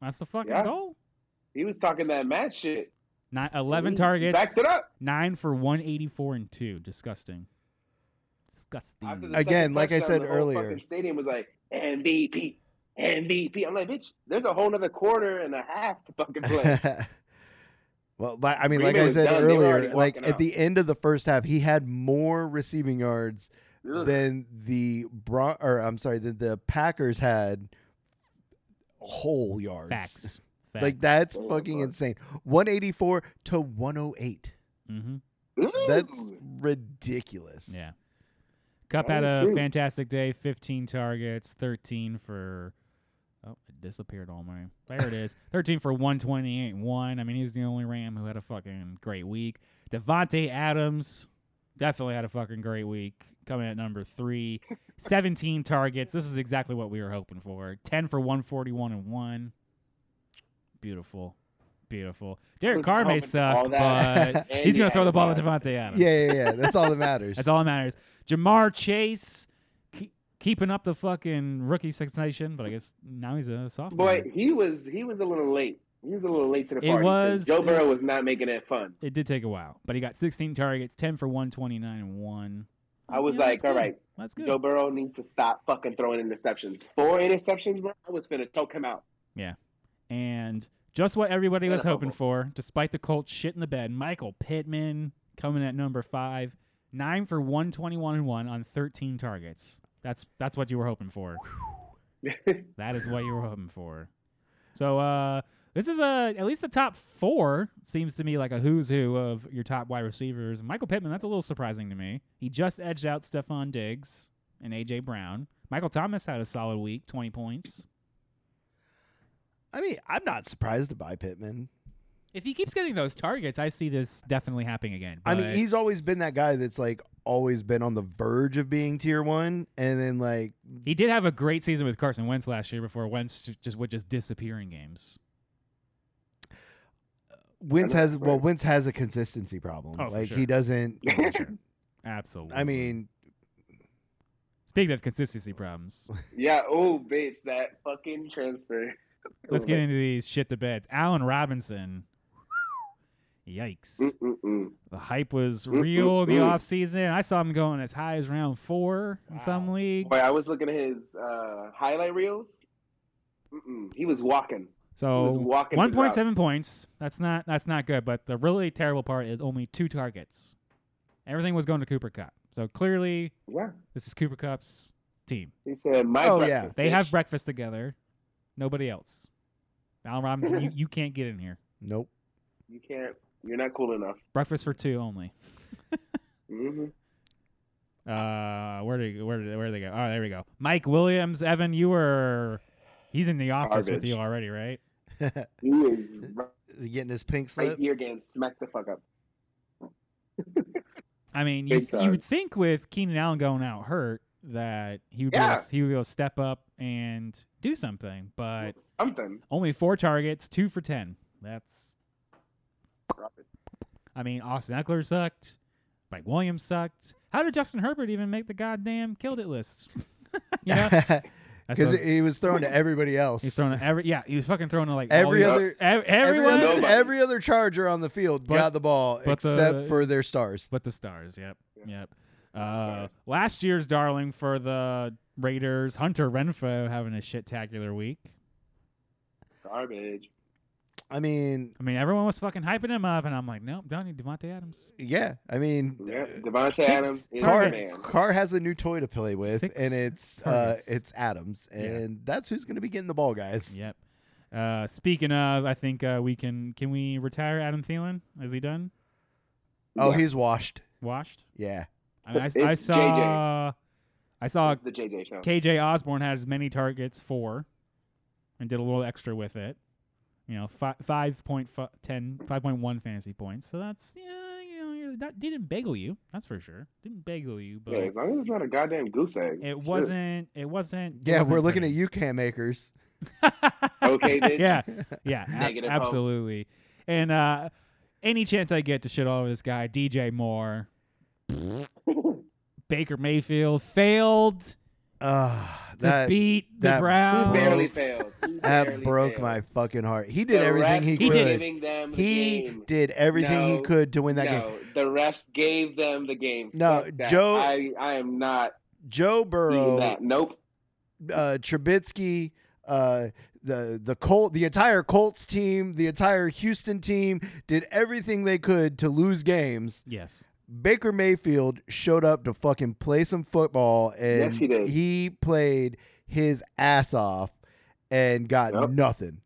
That's the fucking
Yeah.
goal.
He was talking that mad shit.
Nine, 11
He
targets,
Backed it up.
nine for 184 and two. Disgusting. Disgusting.
After the
Again,
second
like I
touchdown,
said
the whole
earlier.
fucking stadium was like MVP, MVP. I'm like, bitch, there's a whole nother quarter and a half to fucking play.
well, li- I mean,
Green
like
Bay
I
was
said
done. They were already
earlier, like
walking
at
out.
the end of the first half, he had more receiving yards
Ugh.
than the Bron- or I'm sorry, that the Packers had whole yards.
Facts. Facts.
Like that's
Oh,
fucking
fuck.
insane. 184 to 108.
hmm
That's
Ooh.
ridiculous.
Yeah. Cup
I
had a
agree.
fantastic day, 15 targets, 13 for. Oh, it disappeared all my. There it is. 13 for 128 and 1. I mean, he's the only Ram who had a fucking great week. Devontae Adams definitely had a fucking great week, coming at number three. 17 targets. This is exactly what we were hoping for. 10 for 141 and 1. Beautiful. Beautiful. Derek
was
Carr may
hoping for all
suck,
that.
but
And
he's going
yeah,
to throw the ball at
yes.
Devontae Adams.
Yeah, yeah, yeah. That's all that matters.
That's all that matters. Jamar Chase keep, keeping up the fucking rookie sensation, but I guess now he's a sophomore.
Boy, he was he was a little late. He was a little late to the
It
party. 'cause
was-
Joe Burrow was not making it fun.
It did take a while, but he got 16 targets, 10 for 129 and one.
I was
Yeah,
like,
that's
all
good.
right,
That's good.
Joe Burrow needs to stop fucking throwing interceptions. Four interceptions, bro. I was finna choke him out.
And just what everybody was
Beautiful.
hoping for, despite the Colts shit in the bed, Michael Pittman coming at number five, nine for 121 and one on 13 targets. That's that's what you were hoping for. That is what you were hoping for. So uh this is a at least the top four seems to me like a who's who of your top wide receivers. Michael Pittman, that's a little surprising to me. He just edged out Stephon Diggs and AJ Brown. Michael Thomas had a solid week, twenty points.
I mean, I'm not surprised by Pittman.
If he keeps getting those targets, I see this definitely happening again.
I mean, he's always been that guy that's like always been on the verge of being tier one, and then like
he did have a great season with Carson Wentz last year before Wentz ju- just would just disappear in games.
Wentz
I know,
has well,
right.
Wentz has a consistency problem.
Oh, for
like
sure.
he doesn't.
Absolutely.
I mean,
speaking of consistency problems,
Yeah. Oh, bitch, that fucking transfer.
Let's get into these shit to beds. Alan Robinson. Yikes.
Mm-mm-mm.
The hype was
Mm,
real
mm,
the
mm.
offseason. I saw him going as high as round four in some leagues.
Boy, I was looking at his uh, highlight reels. Mm-mm. He was walking.
so
he was walking
Oh, one
the
point seven
routes.
points. That's not that's not good. But the really terrible part is only two targets. Everything was going to Cooper Cup. So clearly
Yeah.
this is Cooper Cup's team.
He said, "My
Oh, yeah.
breakfast."
They have
bitch."
breakfast together. Nobody else. Alan Robinson, you, you can't get in here.
nope.
you can't. You're not cool enough.
Breakfast for two only.
hmm
Uh, where did where did where did they go? Oh, there we go. Mike Williams, Evan, you were he's in the office with
Garbage.
you already, right?
Is
He is
he getting his pink
right
slip?
here getting smacked the fuck up.
I mean, you
Big
you
time.
would think with Keenan Allen going out hurt that he would be
Yeah.
able to, he would be able to step up and do something. But
Something.
only four targets, two for ten. That's
Drop it.
I mean, Austin Eckler sucked. Mike Williams sucked. How did Justin Herbert even make the goddamn killed it list? you know,
Because
That's what-
he was thrown to everybody else.
he's throwing every yeah, he was fucking throwing to like all
Every
these-
other-
ev-
every
everyone
other,
Nobody.
every other charger on the field
But-
got the ball
but the-
except for their stars.
but the stars. Yep, yep. Uh,
Stars.
last year's darling for the Raiders, Hunter Renfro having a shit tacular week.
Garbage.
I mean,
I mean, everyone was fucking hyping him up, and I'm like, nope, don't need Devontae Adams.
yeah. I mean,
Yeah.
uh,
Devontae
six
Adams is
Carr,
the
targets.
man.
Carr has a new toy to play with,
Six
and it's uh,
targets.
it's Adams,
Yeah.
and that's who's going to be getting the ball, guys.
Yep. Uh, speaking of, I think uh, we can can we retire Adam Thielen? Is he done?
Oh,
Yeah.
he's washed.
Washed?
Yeah,
I, mean, I,
It's
I
JJ.
saw I saw
It's the JJ show.
KJ Osborne had as many targets four, and did a little extra with it. You know, fi- five point fu- ten, five point one fantasy points. So that's yeah, you know, you're not, didn't bagel you. That's for sure. Didn't bagel you, but
Yeah, as long as it's not a goddamn goose egg.
it wasn't. It wasn't. it
yeah.
wasn't
We're looking
pretty.
at you, Cam Akers.
Okay, Oh, bitch.
yeah, yeah, ab-
Negative hope.
absolutely. And uh, any chance I get to shit all over this guy, DJ Moore, Baker Mayfield failed
Uh,
to
that
beat the
that
He
Browns.
barely failed. He
Oh. that
barely
broke
failed.
my fucking heart. He
The
did everything
refs
he
were
could.
Giving them the
He
game.
did everything he
No,
could to win that game.
no, the refs gave them the game.
No,
Fuck that.
Joe-
I, I am not
Joe
eating
Burrow, uh,
that. Nope.
Trubisky, uh, the the Colt, the entire Colts team, the entire Houston team did everything they could to lose games.
Yes,
Baker Mayfield showed up to fucking play some football, and
Yes, he did.
He played his ass off and got
Yep.
nothing.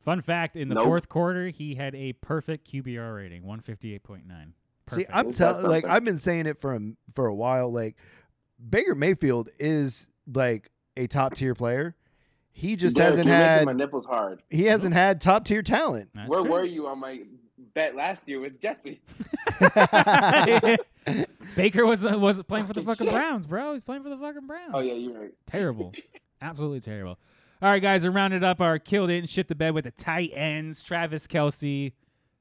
Fun fact: in the
Nope.
fourth quarter, he had a perfect QBR rating, one fifty-eight point nine. Perfect.
See, I'm
That's
telling, like,
something.
I've been saying it for a, for a while. Like, Baker Mayfield is like a top tier player. He just
Derek,
hasn't
you're making
had
my nipples hard.
he hasn't had top tier talent.
That's
Where
true.
were you on my bet last year with Jesse?
Baker was uh, was playing for the fucking
Fucking shit.
Browns, bro. He's playing for the fucking Browns.
Oh yeah, you're right.
terrible. Absolutely terrible. All right, guys, we rounded up our killed it and shit the bed with the tight ends. Travis Kelsey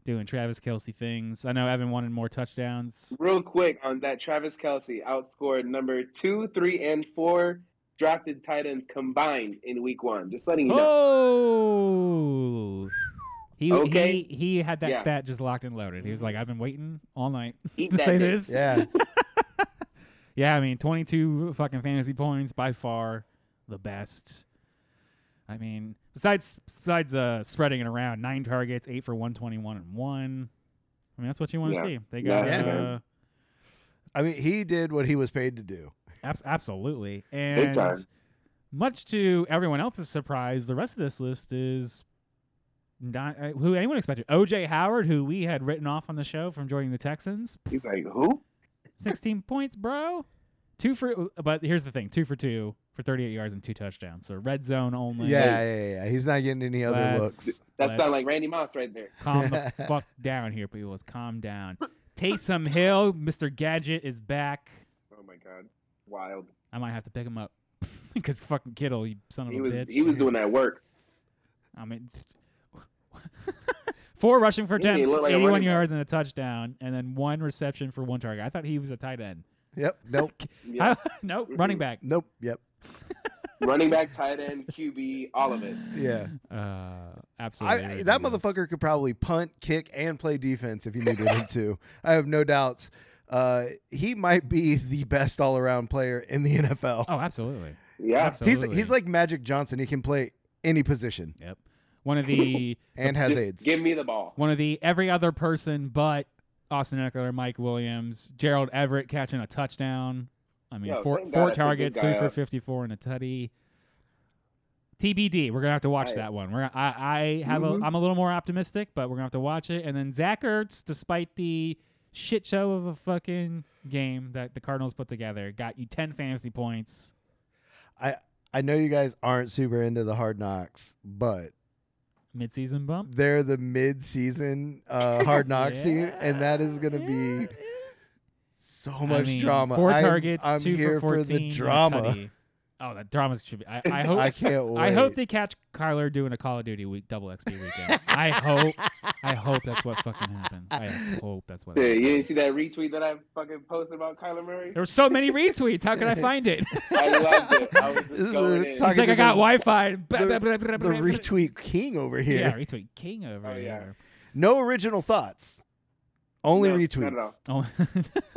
doing Travis Kelsey things. I know Evan wanted more touchdowns.
Real quick on that, Travis Kelsey outscored number two, three, and four drafted tight ends combined in week one. Just letting you know.
Oh. He,
Okay.
he he had that
Yeah.
stat just locked and loaded. He was like, I've been waiting all night
Eat
to
that
say
dick.
this.
yeah,
Yeah, I mean, 22 fucking fantasy points by far the best. I mean, besides besides uh, spreading it around, nine targets, eight for 121 and one. I mean, that's what you want to
Yeah.
see. They got
That's
uh,
I mean, he did what he was paid to do.
abs- absolutely,
Big time.
and much to everyone else's surprise, the rest of this list is not uh, who anyone expected. OJ Howard, who we had written off on the show from joining the Texans,
He's like, who?
16 points, bro. Two for, but here's the thing: two for two for 38 yards and two touchdowns. So red zone only.
Yeah, yeah, yeah, yeah. He's not getting any other
Let's-
looks.
That
let's
sounds like Randy Moss right there.
Calm the fuck down here, people. Let's calm down. Taysom Hill, Mr. Gadget is back.
Oh my god, wild.
I might have to pick him up because fucking Kittle, you son of
He
a
was
bitch.
he was doing that work.
I mean, four rushing for
Yeah, he
attempts,
looked like a
81
running back.
yards and a touchdown, and then one reception for one target. I thought he was a tight end.
Yep. Nope.
Yeah.
nope, running back.
nope. Yep.
Running back, tight end, QB, all of it.
Yeah.
Uh, absolutely.
I,
ridiculous.
that motherfucker could probably punt, kick, and play defense if he needed him to. I have no doubts. Uh, he might be the best all around player in the NFL.
Oh, absolutely.
Yeah.
he's
Absolutely.
he's like Magic Johnson. He can play any position
Yep. One of the
and has
Just
AIDS.
Give me the ball.
one of the every other person but Austin Eckler, Mike Williams, Gerald Everett catching a touchdown. I mean,
Yo,
four
thank God I
four
picked
targets,
this guy
three for
up.
fifty four and a tutty. TBD. We're gonna have to watch
I-
that one. We're I, I have
Mhm.
Mm-hmm.
a I'm a little more optimistic, but we're gonna have to watch it. And then Zach Ertz, despite the shit show of a fucking game that the Cardinals put together, got you ten fantasy points.
I know you guys aren't super into the hard knocks, but
Midseason bump.
they're the mid season uh, hard knocks team, and that is going to be so much
I mean,
drama.
Four
I'm-
targets,
I'm
two
here
for 14,
the
one
drama.
tutty. Oh, the drama should be. I, I hope.
I
I,
can't wait.
hope they catch Kyler doing a Call of Duty week double XP weekend. I hope. I hope that's what fucking happens. I hope that's what.
Yeah,
happens.
you didn't see that retweet that I fucking posted about Kyler Murray?
There were so many retweets. How could I find it?
I loved it. I was
This is
just going
a
in.
talk-
He's like, I got Wi-Fi.
the, the retweet king over here.
Yeah, retweet king over
Oh, yeah.
here.
No original thoughts. Only
No, not at all.
retweets.
Oh.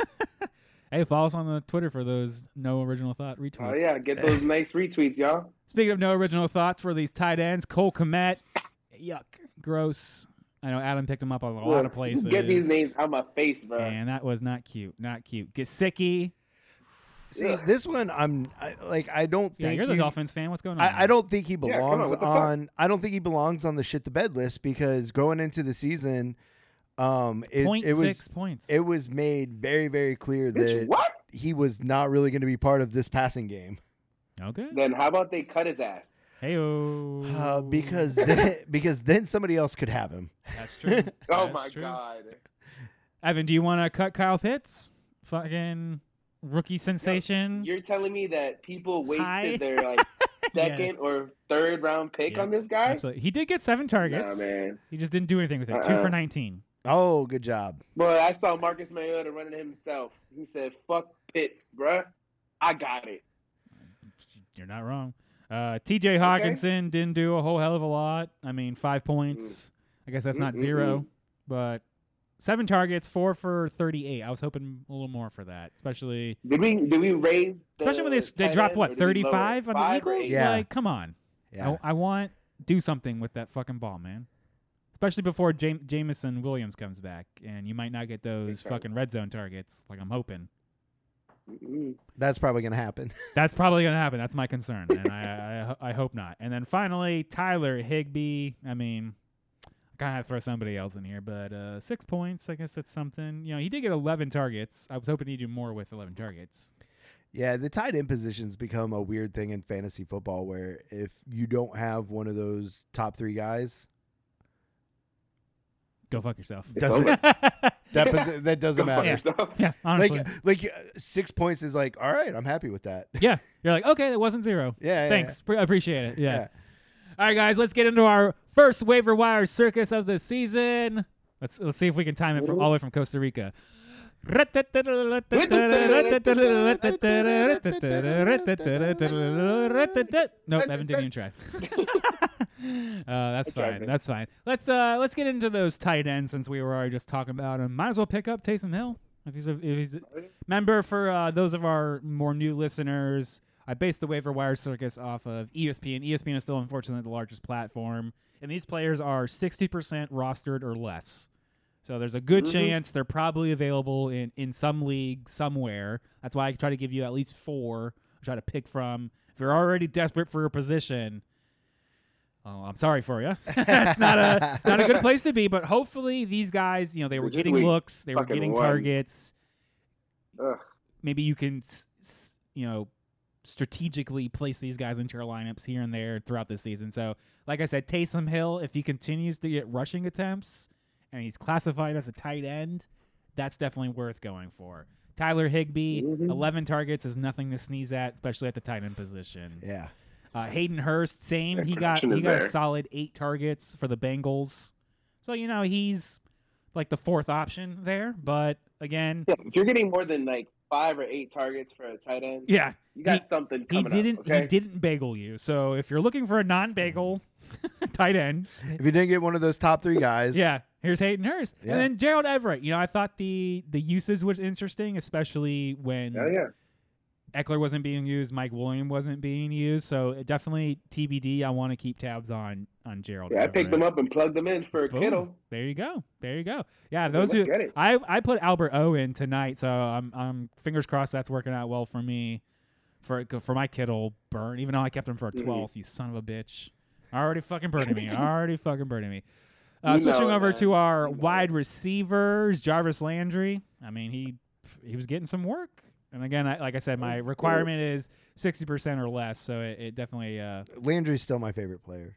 hey, follow us on the Twitter for those no original thought retweets.
Oh yeah, get those nice retweets, y'all.
Speaking of no original thoughts for these tight ends, Cole Komet. Yuck. Gross. I know Adam picked him up on a lot of
Look,
places.
Get these names out my face, bro.
And that was not cute. Not cute. Gesicki.
See, this one I'm I, like I don't
Yeah,
think
you're the
you-
Dolphins fan. What's going on?
I, I don't think he
come on,
belongs
what the fuck?
on. I don't think he belongs on the shit to bed list because going into the season, um, it,
Point
it was
six points.
it was made very very clear
Bitch,
that
what?
he was not really going to be part of this passing game
okay.
Then how about they cut his ass?
Hey,
uh, because then, because then somebody else could have him.
That's true.
Oh
That's
my
true.
god.
Evan, do you want to cut Kyle Pitts? Fucking rookie sensation.
You're telling me that people wasted
Hi.
their like second or third round pick
Yeah,
on this guy?
Absolutely. He did get seven targets.
Nah, man.
He just didn't do anything with it. Two
Uh-uh.
for 19.
Oh, good job.
Boy, I saw Marcus Mariota running himself. He said, "Fuck Pitts, bruh. I got it."
You're not wrong. Uh, TJ Hawkinson didn't do a whole hell of a lot. I mean, five points. I guess that's not
Mm, mm,
zero, but seven targets, four for 38. I was hoping a little more for that, especially
Did we? Did we raise? The
especially when they, s- they
tight
dropped,
end, or
what,
did we
35
lower
on
it?
the
Five or
Eagles?
eight?
Yeah.
Like, come on.
Yeah.
I, I want do something with that fucking ball, man. Especially before Jam- Jamison Williams comes back, and you might not get those
target.
fucking red zone targets like I'm hoping.
Mm-mm.
That's probably going to happen.
That's probably gonna happen. That's my concern, and I, I I hope not. And then finally, Tyler Higby. I mean, I kind of had to throw somebody else in here, but uh, six points. I guess that's something. You know, he did get 11 targets. I was hoping he'd do more with 11 targets.
Yeah, the tight end positions become a weird thing in fantasy football where if you don't have one of those top three guys,
Go fuck yourself.
It's
Doesn't-
over.
that posi- that doesn't
Go fuck
matter.
yourself.
yeah, honestly.
Like like uh, six points is like all right. I'm happy with that. Yeah.
yeah, you're like, okay, that wasn't zero.
yeah,
Thanks, Pre- appreciate it.
Yeah.
yeah. All right, guys, let's get into our first waiver wire circus of the season. Let's let's see if we can time it from all the way from Costa Rica. Nope, Evan didn't even try. uh, that's
I tried,
fine.
man.
That's fine. Let's uh let's get into those tight ends since we were already just talking about him. Might as well pick up Taysom Hill if he's a, if he's a member for uh, those of our more new listeners. I based the waiver wire circus off of E ESPN. ESPN is still unfortunately the largest platform, and these players are sixty percent rostered or less. So there's a good
Mhm.
chance they're probably available in in some league somewhere. That's why I try to give you at least four. Try to pick from. If you're already desperate for a position, oh, I'm sorry for you. That's not a not a good place to be. But hopefully these guys, you know, they were
Just
getting
wait.
looks, they were
Fucking
getting
one.
targets.
Ugh.
Maybe you can, s- s- you know, strategically place these guys into your lineups here and there throughout the season. So, like I said, Taysom Hill, if he continues to get rushing attempts and he's classified as a tight end, that's definitely worth going for. Tyler Higbee,
Mhm.
11 targets is nothing to sneeze at, especially at the tight end position.
Yeah.
Uh, Hayden Hurst, same.
That
He got he
connection
got
is
a
there.
solid eight targets for the Bengals. So you know he's like the fourth option there. But again,
Yeah, if you're getting more than like five or eight targets for a tight end,
yeah,
you got
he-
something
he
coming
didn't
up. Okay?
he didn't bagel you. So if you're looking for a non-bagel tight end,
If you didn't get one of those top three guys,
yeah, here's Hayden Hurst,
Yeah.
and then Gerald Everett. You know, I thought the the usage was interesting, especially when
Oh yeah.
Eckler wasn't being used, Mike William wasn't being used. So it definitely TBD. I want to keep tabs on on Gerald.
Yeah, I
Everett.
picked them up and plugged them in for
Boom.
Kittle.
There you go. There you go. Yeah,
Yeah,
those
let's
who
get it.
I I put Albert O in tonight, so I'm I'm fingers crossed that's working out well for me, for for my Kittle burn. Even though I kept him for a
Mhm.
twelfth, you son of a bitch, already fucking burning me, already fucking burning me. Uh,
You
switching
know it,
over
man.
to our
You know it.
wide receivers, Jarvis Landry. I mean he he was getting some work, and again, I, like I said, my
Oh, cool.
requirement is sixty percent or less, so it, it definitely. Uh,
Landry's still my favorite player.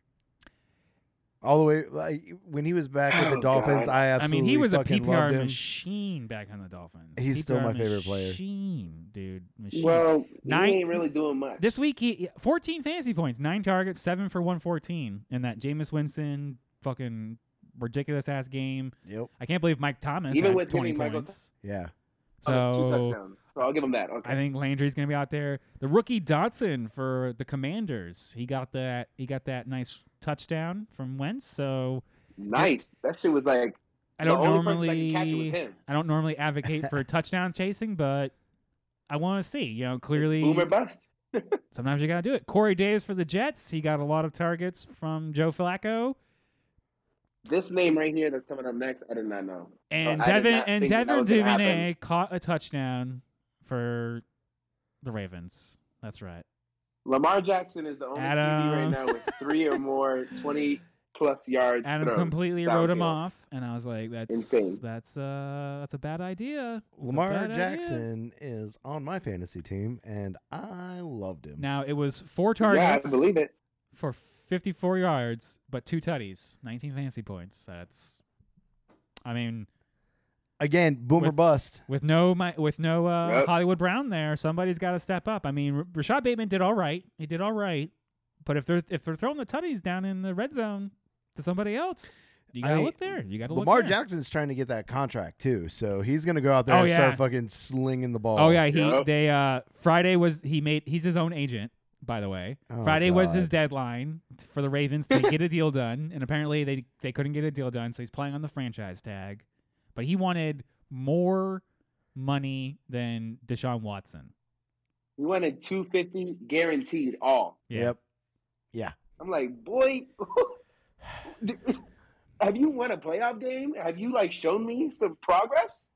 all the way like when he was back with the
Oh,
Dolphins.
God.
I
I
absolutely
mean, he was a
fucking
PPR
loved him.
machine back on the Dolphins.
He's still
PPR
my favorite player.
Machine, dude. Machine.
Well,
Nine-
he ain't really doing much.
This week, he 14 fantasy points, nine targets, seven for 114 in that Jameis Winston fucking ridiculous ass game.
Yep.
I can't believe Mike Thomas
Even
had
with
20
giving Michael
points.
Yeah.
Oh, that's two
so
touchdowns. So I'll give him that. Okay.
I think Landry's gonna be out there. The rookie Dotson for the Commanders, he got that he got that nice touchdown from Wentz. So
nice. That shit was like
I don't
the only
normally
person that can catch it was him.
I don't normally advocate for touchdown chasing, but I want to see. You know, clearly
It's boom or bust.
sometimes you got to do it. Corey Davis for the Jets. He got a lot of targets from Joe
Oh,
Flacco
This name right here that's coming up next, I did not know.
and
I did
Devin
not
and
think that
Devin
was gonna happen.
Duvernay caught a touchdown for the Ravens. That's right.
Lamar Jackson is the only QB
Adam.
right now with three or more twenty plus yards.
Adam
throws
completely wrote him
downfield.
off, and I was like, "That's
Insane.
That's uh, that's a bad idea."
Lamar
bad idea.
Jackson is on my fantasy team, and I loved him.
Now it was four
Yeah,
targets
I believe it.
for 54 yards, but two tutties, 19 fantasy points. That's, I mean,
Again, boomer
With-
bust.
with no my, with no uh,
Yep.
Hollywood Brown there, somebody's got to step up. I mean, R- Rashad Bateman did all right. He did all right, but if they're if they're throwing the tutties down in the red zone to somebody else, you
I
gotta
mean,
look there. You gotta
Lamar
look there.
Jackson's trying to get that contract too, so he's gonna go out there
Oh,
and
yeah.
start fucking slinging the ball.
Oh yeah, he
Yep.
they uh Friday was he made he's his own agent by the way.
Oh,
Friday was his deadline t- for the Ravens to get a deal done, and apparently they they couldn't get a deal done, so he's playing on the franchise tag. But he wanted more money than Deshaun Watson.
He wanted two fifty guaranteed all.
Yeah.
Yep.
I'm like, boy, have you won a playoff game? Have you like shown me some progress?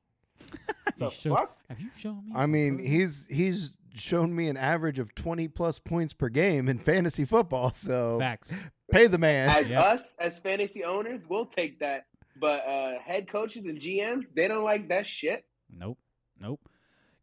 Have you
The
show-
fuck?
have you shown me?
I mean,
something?
he's he's shown me an average of twenty plus points per game in fantasy football. So
facts.
pay the man.
As
Yeah.
us, as fantasy owners, we'll take that. But uh, head coaches and GMs, they don't like that shit.
Nope. Nope.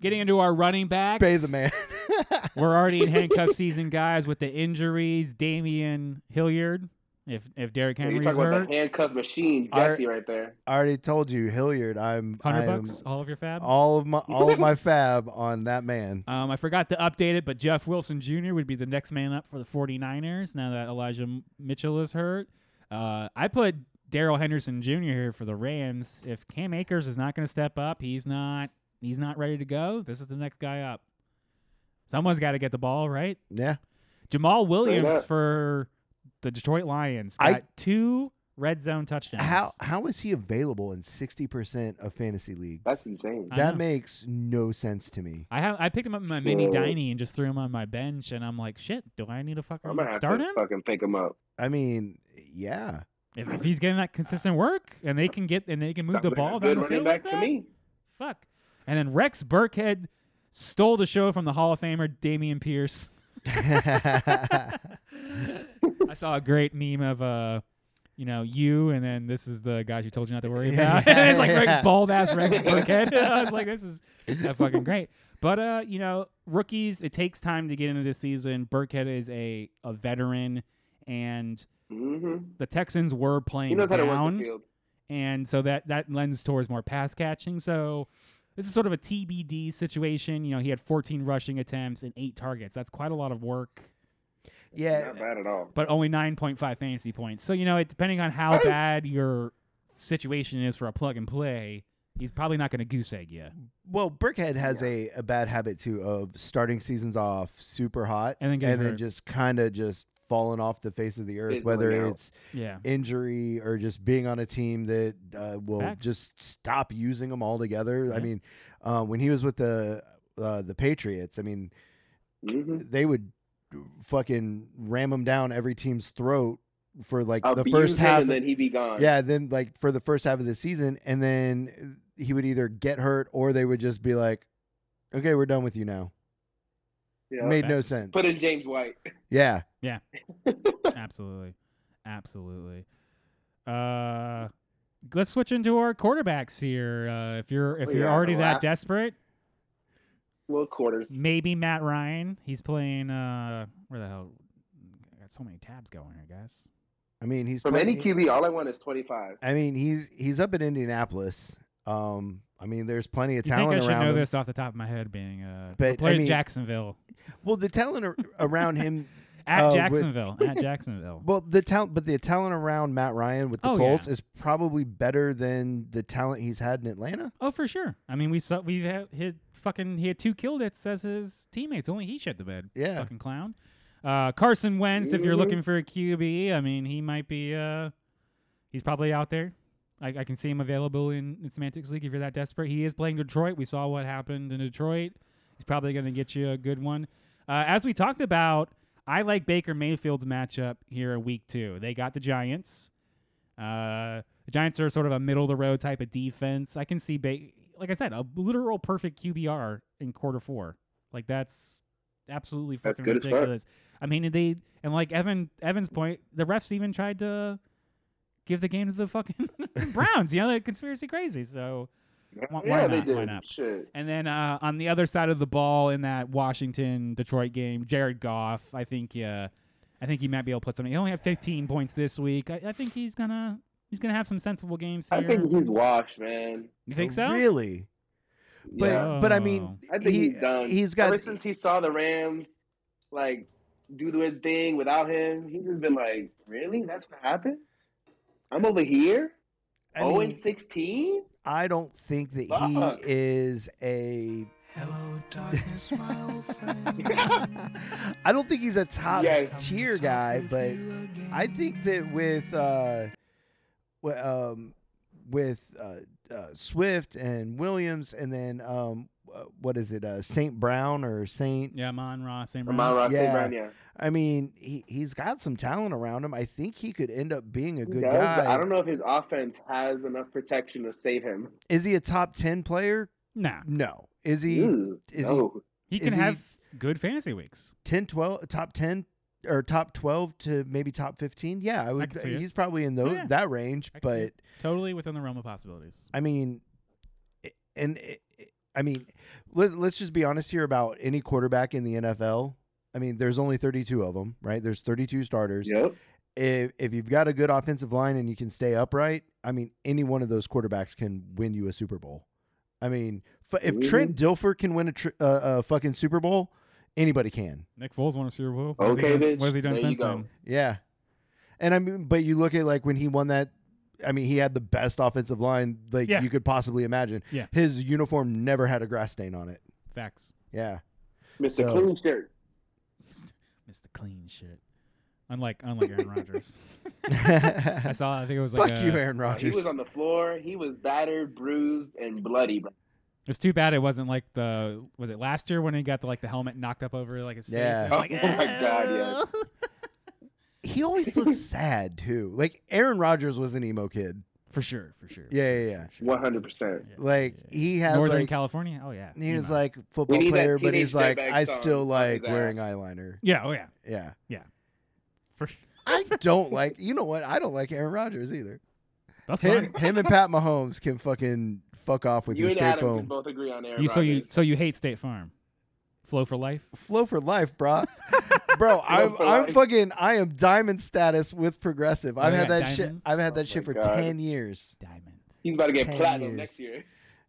Getting into our running backs.
pay the man.
We're already in handcuff season, guys, with the injuries. Damian Hilliard, if if Derrick
You're
Henry's
talking
hurt,
about the handcuff machine,
Our-
Jesse, right there.
I already told you, Hilliard. I'm
hundred
I am
bucks, all of your fab.
all of my all of my fab on that man.
Um, I forgot to update it, but Jeff Wilson Jr. would be the next man up for the 49ers now that Elijah M- Mitchell is hurt. Uh, I put Daryl Henderson Jr. here for the Rams. If Cam Akers is not going to step up, he's not. He's not ready to go. This is the next guy up. Someone's got to get the ball, right?
Yeah,
Jamal Williams
up.
for the Detroit Lions
I-
got two red zone touchdowns.
how how is he available in sixty percent of fantasy leagues?
That's insane.
I
that
know.
makes no sense to me.
I have I picked him up in my mini
So-
diney and just threw him on my bench, and I'm like, shit, do I need to
I'm gonna
fucking
have
start
to
him?
fucking pick him up.
I mean, yeah,
If, if he's getting that consistent work and they can get and they can move
Sounds
the
like a
ball down
good
the
running
field like
back to
that,
me.
fuck. And then Rex Burkhead stole the show from the Hall of Famer Damian Pierce. I saw a great meme of uh, you know, you and then this is the guys you told you not to worry
Yeah,
about. And it's like
yeah.
bald ass Rex Burkhead. I was like, this is that fucking great. But uh, you know, rookies, it takes time to get into the season. Burkhead is a a veteran and
hmm
the Texans were playing
He knows how
down
to work the field.
and so that that lends towards more pass catching. So this is sort of a TBD situation. You know, he had 14 rushing attempts and eight targets. That's quite a lot of work,
yeah.
Not bad at all.
but only 9.5 fantasy points. So you know, it, depending on how
Hey.
bad your situation is for a plug and play, he's probably not going to goose egg you,
Well, Burkhead has a, a bad habit too of starting seasons off super hot
and then getting
and then
hurt.
just kind of just falling off the face of the earth,
Fizzling
whether
out.
it's
yeah.
injury or just being on a team that uh, will
Facts.
just stop using him altogether.
Yeah.
I mean, uh, when he was with the uh, the Patriots, I mean,
hmm
they would fucking ram him down every team's throat for like the
Abuse
first
him
half.
and then he be gone.
Yeah, then like for the first half of the season, and then he would either get hurt or they would just be like, "Okay, we're done with you now."
Yeah.
Made no
Facts.
sense.
Put in James White.
yeah,
Absolutely. Absolutely. Uh let's switch into our quarterbacks here. Uh if you're if
We
you're
are
already that
last.
desperate,
Little quarters.
maybe Matt Ryan. He's playing uh where the hell I got so many tabs going here, guys.
I mean, he's
From any
playing-
QB, all I want is 25.
I mean, he's he's up in Indianapolis. Um, I mean, there's plenty of
You think
talent
I should
around.
know
him.
this off the top of my head, being uh,
But, I
played at
mean-
Jacksonville
Well, the talent ar- around him.
at
Uh, with-
Jacksonville at Jacksonville.
Well, the talent, but the talent around Matt Ryan with the
Oh,
Colts
yeah.
is probably better than the talent he's had in Atlanta.
Oh, for sure. I mean, we saw we had hit fucking he had two kill deaths as his teammates. Only he shit the bed.
Yeah.
fucking clown. Uh, Carson Wentz, if you're
Mhm.
looking for a QB, I mean, he might be. Uh, he's probably out there. I, I can see him available in, in Semantics League if you're that desperate. He is playing Detroit. We saw what happened in Detroit. He's probably going to get you a good one. Uh, as we talked about, I like Baker Mayfield's matchup here in week two. They got the Giants. Uh, the Giants are sort of a middle of the road type of defense. I can see, ba- like I said, a literal perfect QBR in quarter four. Like that's absolutely
That's
fucking
good as fuck.
ridiculous. I mean, they and like Evan Evan's point, the refs even tried to give the game to the fucking Browns. You know, like conspiracy crazy. So why
yeah, they
not? Why
did.
not?
Shit.
and then uh, on the other side of the ball in that Washington Detroit game, Jared Goff, I think uh, I think he might be able to put something. He only had 15 points this week. I, I think he's gonna he's gonna have some sensible games here.
I think he's washed, man.
you think so?
Really? But
yeah.
but I
Oh.
mean,
I think
he,
he's done.
He's got
ever since he saw the Rams like do the thing without him. He's just been like, really? That's what happened? I'm over here.
I
oh,
mean,
and sixteen.
I don't think that
Fuck.
he is a. I don't think he's a top
Yes.
tier guy, but I think that with uh, wi- um, with uh, uh, Swift and Williams, and then um, uh, what is it, uh, Saint Brown or Saint?
Yeah, Mon Ross, same
Amon Ross
Mm-hmm. Yeah.
St. Brown, yeah.
I mean, he he's got some talent around him. I think he could end up being a
He
good
does, but
guy.
I don't know if his offense has enough protection to save him.
Is he a top ten player?
Nah,
No. Is he?
Ooh,
is he-
no.
he can
Is he-
have good fantasy weeks.
10 12 top 10 or top 12 to maybe top 15 yeah i would
can see it. Oh,
he's probably in those,
yeah.
that range
I can see
but
it. Totally within the realm of possibilities.
i mean i- and i- i- i mean let, let's just be honest here about any quarterback in the nfl i mean there's only 32 of them right there's 32 starters
Yep.
if, if you've got a good offensive line and you can stay upright i mean any one of those quarterbacks can win you a super bowl i mean f- if trent dilfer can win a, tr- uh, a fucking super bowl anybody can
Nick Foles won a Super Bowl. What has he
Okay,
done-
bitch.
What has he done
there
since
you go.
then?
Yeah. And I mean, but you look at like when he won that, I mean, he had the best offensive line like
Yeah.
you could possibly imagine.
Yeah.
His uniform never had a grass stain on it.
Facts.
Yeah.
Mr.
So-
Clean Shirt.
Mr. Clean shit. Unlike unlike Aaron Rodgers. I
Fuck
saw I think it was like a,
you, Aaron
He
Rodgers.
was on the floor. He was battered, bruised, and bloody. bro.
It's too bad it wasn't like the was it last year when he got the like the helmet knocked up over like his
Yeah.
face.
Oh my god, yes.
he always looked sad too. Like Aaron Rodgers was an emo kid.
for sure, for sure.
Yeah, yeah, yeah.
One hundred percent.
Like he had
Northern
like
California. Oh yeah,
he was
Emo.
like football
need that
player, but
Teenage
he's like
Dirtbag
I
song
still
up
like
his
wearing
ass."
eyeliner.
yeah, oh yeah,
Yeah.
for sure.
I don't like you know what? I don't like Aaron Rodgers either.
That's fine.
Him, him and Pat Mahomes can fucking fuck off with
You
your
and
state
Adam
foam.
can both agree on Aaron
You so you
Rodgers.
so you hate State Farm, Flow for Life.
flow for life, bro. bro, I'm,
for
I'm
life.
fucking I am diamond status with progressive. I've
Oh,
had
yeah,
that shit.
diamond?
I've had
Oh
that shit
my
for
God.
ten years.
Diamond.
He's about to get
10
platinum
years.
next year.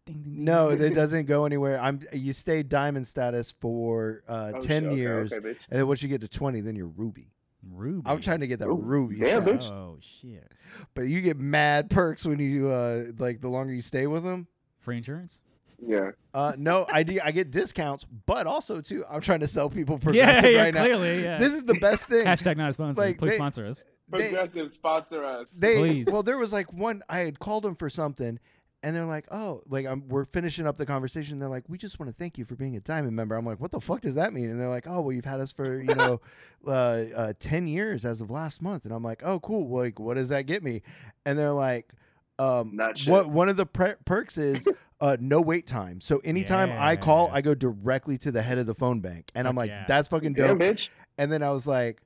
Ding, ding, ding.
No, it doesn't go anywhere. I'm you stay diamond status for uh,
Oh,
ten
shit, okay,
years,
okay, bitch.
and then once you get to twenty, then you're ruby.
Ruby.
I'm trying to get that
Ooh,
ruby
damn,
status,
bitch.
Oh shit.
but you get mad perks when you uh, like the longer you stay with them.
Free insurance.
Yeah.
Uh, no, I do, I get discounts, but also too, I'm trying to sell people progressive
Yeah, yeah,
right now.
clearly. Yeah.
This is the best thing.
Hashtag not a sponsor.
Like,
Please
they-
sponsor us.
They-
Progressive sponsor us.
they
Please.
well there was like one i had called them for something and they're like oh like I'm, we're finishing up the conversation they're like we just want to thank you for being a diamond member i'm like what the fuck does that mean and they're like oh well you've had us for you know uh, uh, 10 years as of last month and i'm like oh cool well, like what does that get me and they're like um
Not shit.
what one of the pre- perks is uh, no wait time. So anytime I call,
Yeah.
I go directly to the head of the phone bank, and I'm
Fuck
like,
yeah.
"That's fucking dope."
Damn, bitch.
And then I was like,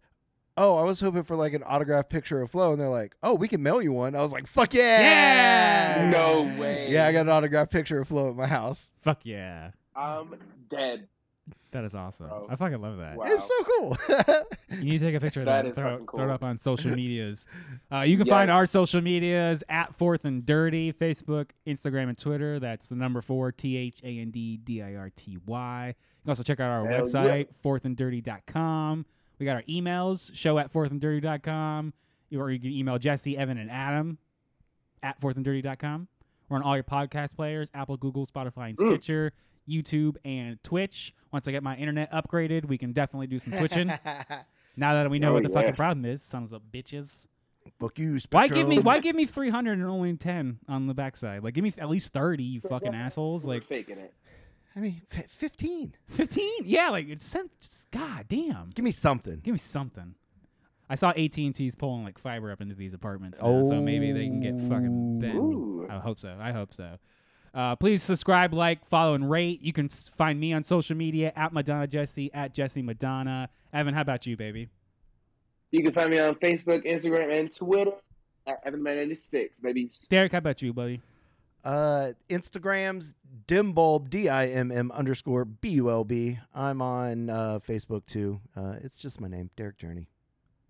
oh, I was hoping for like an autographed picture of Flo. And they're like, oh, we can mail you one. I was like, fuck yeah.
Yeah!
No way.
Yeah, I got an autographed picture of Flo at my house.
Fuck yeah.
I'm dead.
That is awesome.
Bro.
I fucking love that.
Wow.
It's so cool.
You need to take a picture of that,
That
and
is
throw,
fucking
throw it
cool.
up on social medias. Uh, you can find
Yes.
our social medias at Fourth and Dirty, Facebook, Instagram, and Twitter. That's the number four, T H A N D D I R T Y. You can also check out our
Hell yeah.
website, fourthanddirty.com. We got our emails, show at fourthanddirty.com. You- Or you can email Jesse, Evan, and Adam at fourthanddirty.com. We're on all your podcast players Apple, Google, Spotify, and
Mm.
Stitcher, YouTube, and Twitch. Once I get my internet upgraded, we can definitely do some Twitching. Now that we know
Oh,
what the fucking
yes.
problem is, sons of bitches.
Fuck you,
Why give me
Spectrum.
why give me three hundred and only ten on the backside? Like give me at least thirty, you fucking assholes.
We're
Like
faking it.
I mean, f- fifteen.
fifteen? Yeah, like it's sent. Just, God damn,
Give me something.
give me something. I saw AT and T's pulling like fiber up into these apartments, now, so maybe they can get fucking bent.
Oh. Ooh.
I hope so. I hope so. Uh, please subscribe, like, follow, and rate. You can s- find me on social media at Madonna Jesse at Jesse Madonna. Evan, how about you, baby?
You can find me on Facebook, Instagram, and Twitter at EvanMan96, baby.
Derek, how about you, buddy?
Uh, Instagram's dimbulb d i m m underscore b u l b. I'm on uh, Facebook too. Uh, it's just my name, Derek Journey.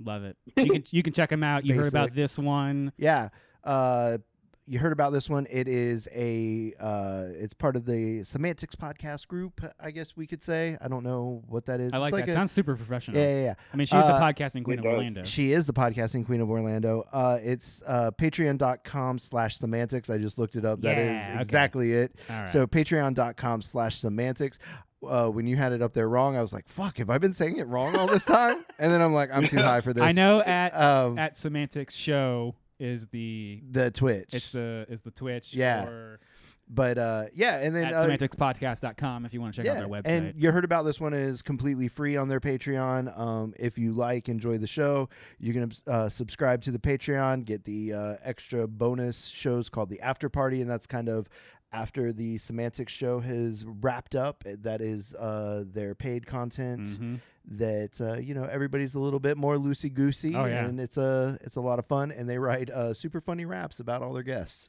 Love it. You can you can check them out. You heard about
Basic.
this one.
Yeah. Uh, you heard about this one. It is a. Uh, it's part of the Semantics podcast group. I guess we could say. I don't know what that is.
I
It's
like, that.
a-
Sounds super professional.
yeah, yeah, yeah.
I mean, she's the
Uh,
podcasting queen of
it does.
Orlando.
She is the podcasting queen of Orlando. Uh, it's uh, patreon.com slash semantics. I just looked it up.
Yeah,
that
okay.
is exactly it.
All right.
So patreon.com slash semantics. Uh, when you had it up there wrong, I was like, fuck, have I been saying it wrong all this time? and then I'm like, I'm too high for this.
I know at
um,
at semantics show is the
The Twitch.
it's the is the Twitch
Yeah.
or
but uh, yeah, and then
at
uh,
semanticspodcast.com if you want to check out their website.
And you heard about this one is completely free on their Patreon. Um, if you like, enjoy the show, you can uh, subscribe to the Patreon, get the uh, extra bonus shows called the After Party, and that's kind of after the semantics show has wrapped up. eh, That is uh, their paid content
Mhm.
that uh, you know everybody's a little bit more loosey goosey,
Oh, yeah.
and it's a it's a lot of fun. And they write uh, super funny raps about all their guests.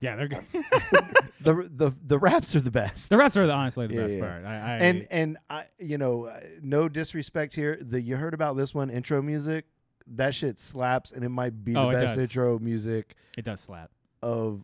Yeah, they're good.
the the The raps are the best.
the rest are the, honestly the
Yeah,
best
yeah.
part. I, I
and and I, you know, uh, no disrespect here. The you heard about this one intro music, that shit slaps, and it might be
Oh, it
the best
does.
intro music
it does slap.
of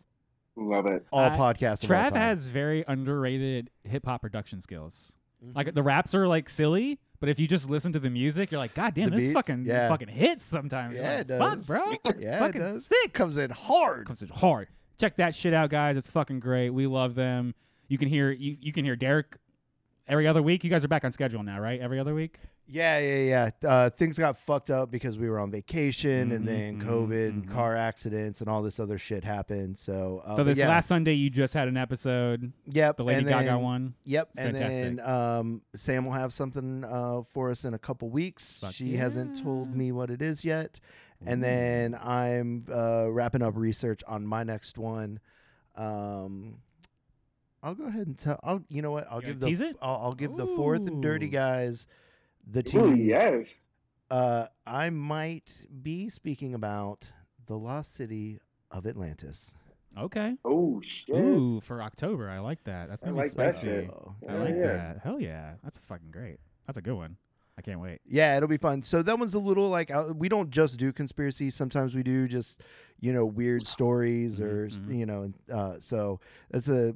Love it.
all
I-
podcasts. of all
Trav
time.
has very underrated hip hop production skills.
Mm-hmm.
Mhm.
Like the raps are like silly, but if you just listen to the music, you're like, God damn,
The
this
beats,
fucking
yeah.
fucking hits sometimes. You're
Yeah,
like,
it
Fuck,
does.
bro. It's
yeah, it
fucking
does.
sick.
Comes in hard.
Comes in hard. Check that shit out, guys. It's fucking great. We love them. You can hear you, you can hear Derek every other week. You guys are back on schedule now, right? Every other week?
Yeah, yeah, yeah. Uh, things got fucked up because we were on vacation,
Mhm,
and then
mhm,
COVID and
mhm.
car accidents and all this other shit happened. So, uh,
so
but
this
yeah,
last Sunday you just had an episode,
yep,
the Lady
and
Gaga
then-
one.
Yep,
It's
and
fantastic.
then um, Sam will have something uh, for us in a couple weeks.
Fuck
she hasn't told
yeah.
me what it is yet, and then I'm uh, wrapping up research on my next one. Um, I'll go ahead and tell. I'll you know what? I'll
You
give
gonna
the
tease it?
I'll, I'll give the fourth and dirty
Ooh.
guys the tease.
Ooh, yes.
Uh, I might be speaking about the lost city of Atlantis.
Okay.
Oh, shit.
Ooh, for October. I like that. That's
I
gonna be
like that
spicy.
shit.
So-
I
Yeah,
like
yeah.
that. Hell yeah. That's fucking great. That's a good one. I can't wait.
Yeah, it'll be fun. So that one's a little like uh, we don't just do conspiracy. Sometimes we do just you know weird
Mm-hmm,
stories or s-
Mhm.
you know. Uh, so that's a uh,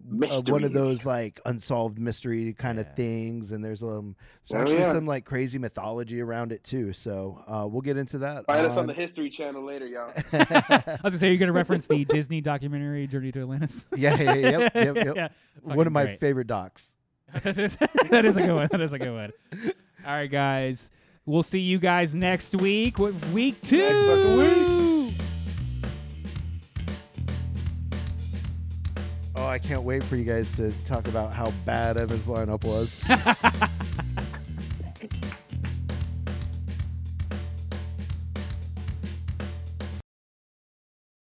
one of those
Mysteries.
like unsolved mystery kind
Yeah.
of things. And there's um there's
Oh,
actually
yeah.
some like crazy mythology around it too. So uh, we'll get into that. um,
Find us on the History Channel later, y'all.
I was gonna say you're gonna reference the Disney documentary Journey to Atlantis.
yeah, yeah, yeah, yep, yep, yep.
Yeah,
One
fucking
of my
great.
favorite docs.
that, is, that is a good one. That is a good one. All right, guys. We'll see you guys next week with week two.
fucking
Oh, I can't wait for you guys to talk about how bad Evan's lineup was.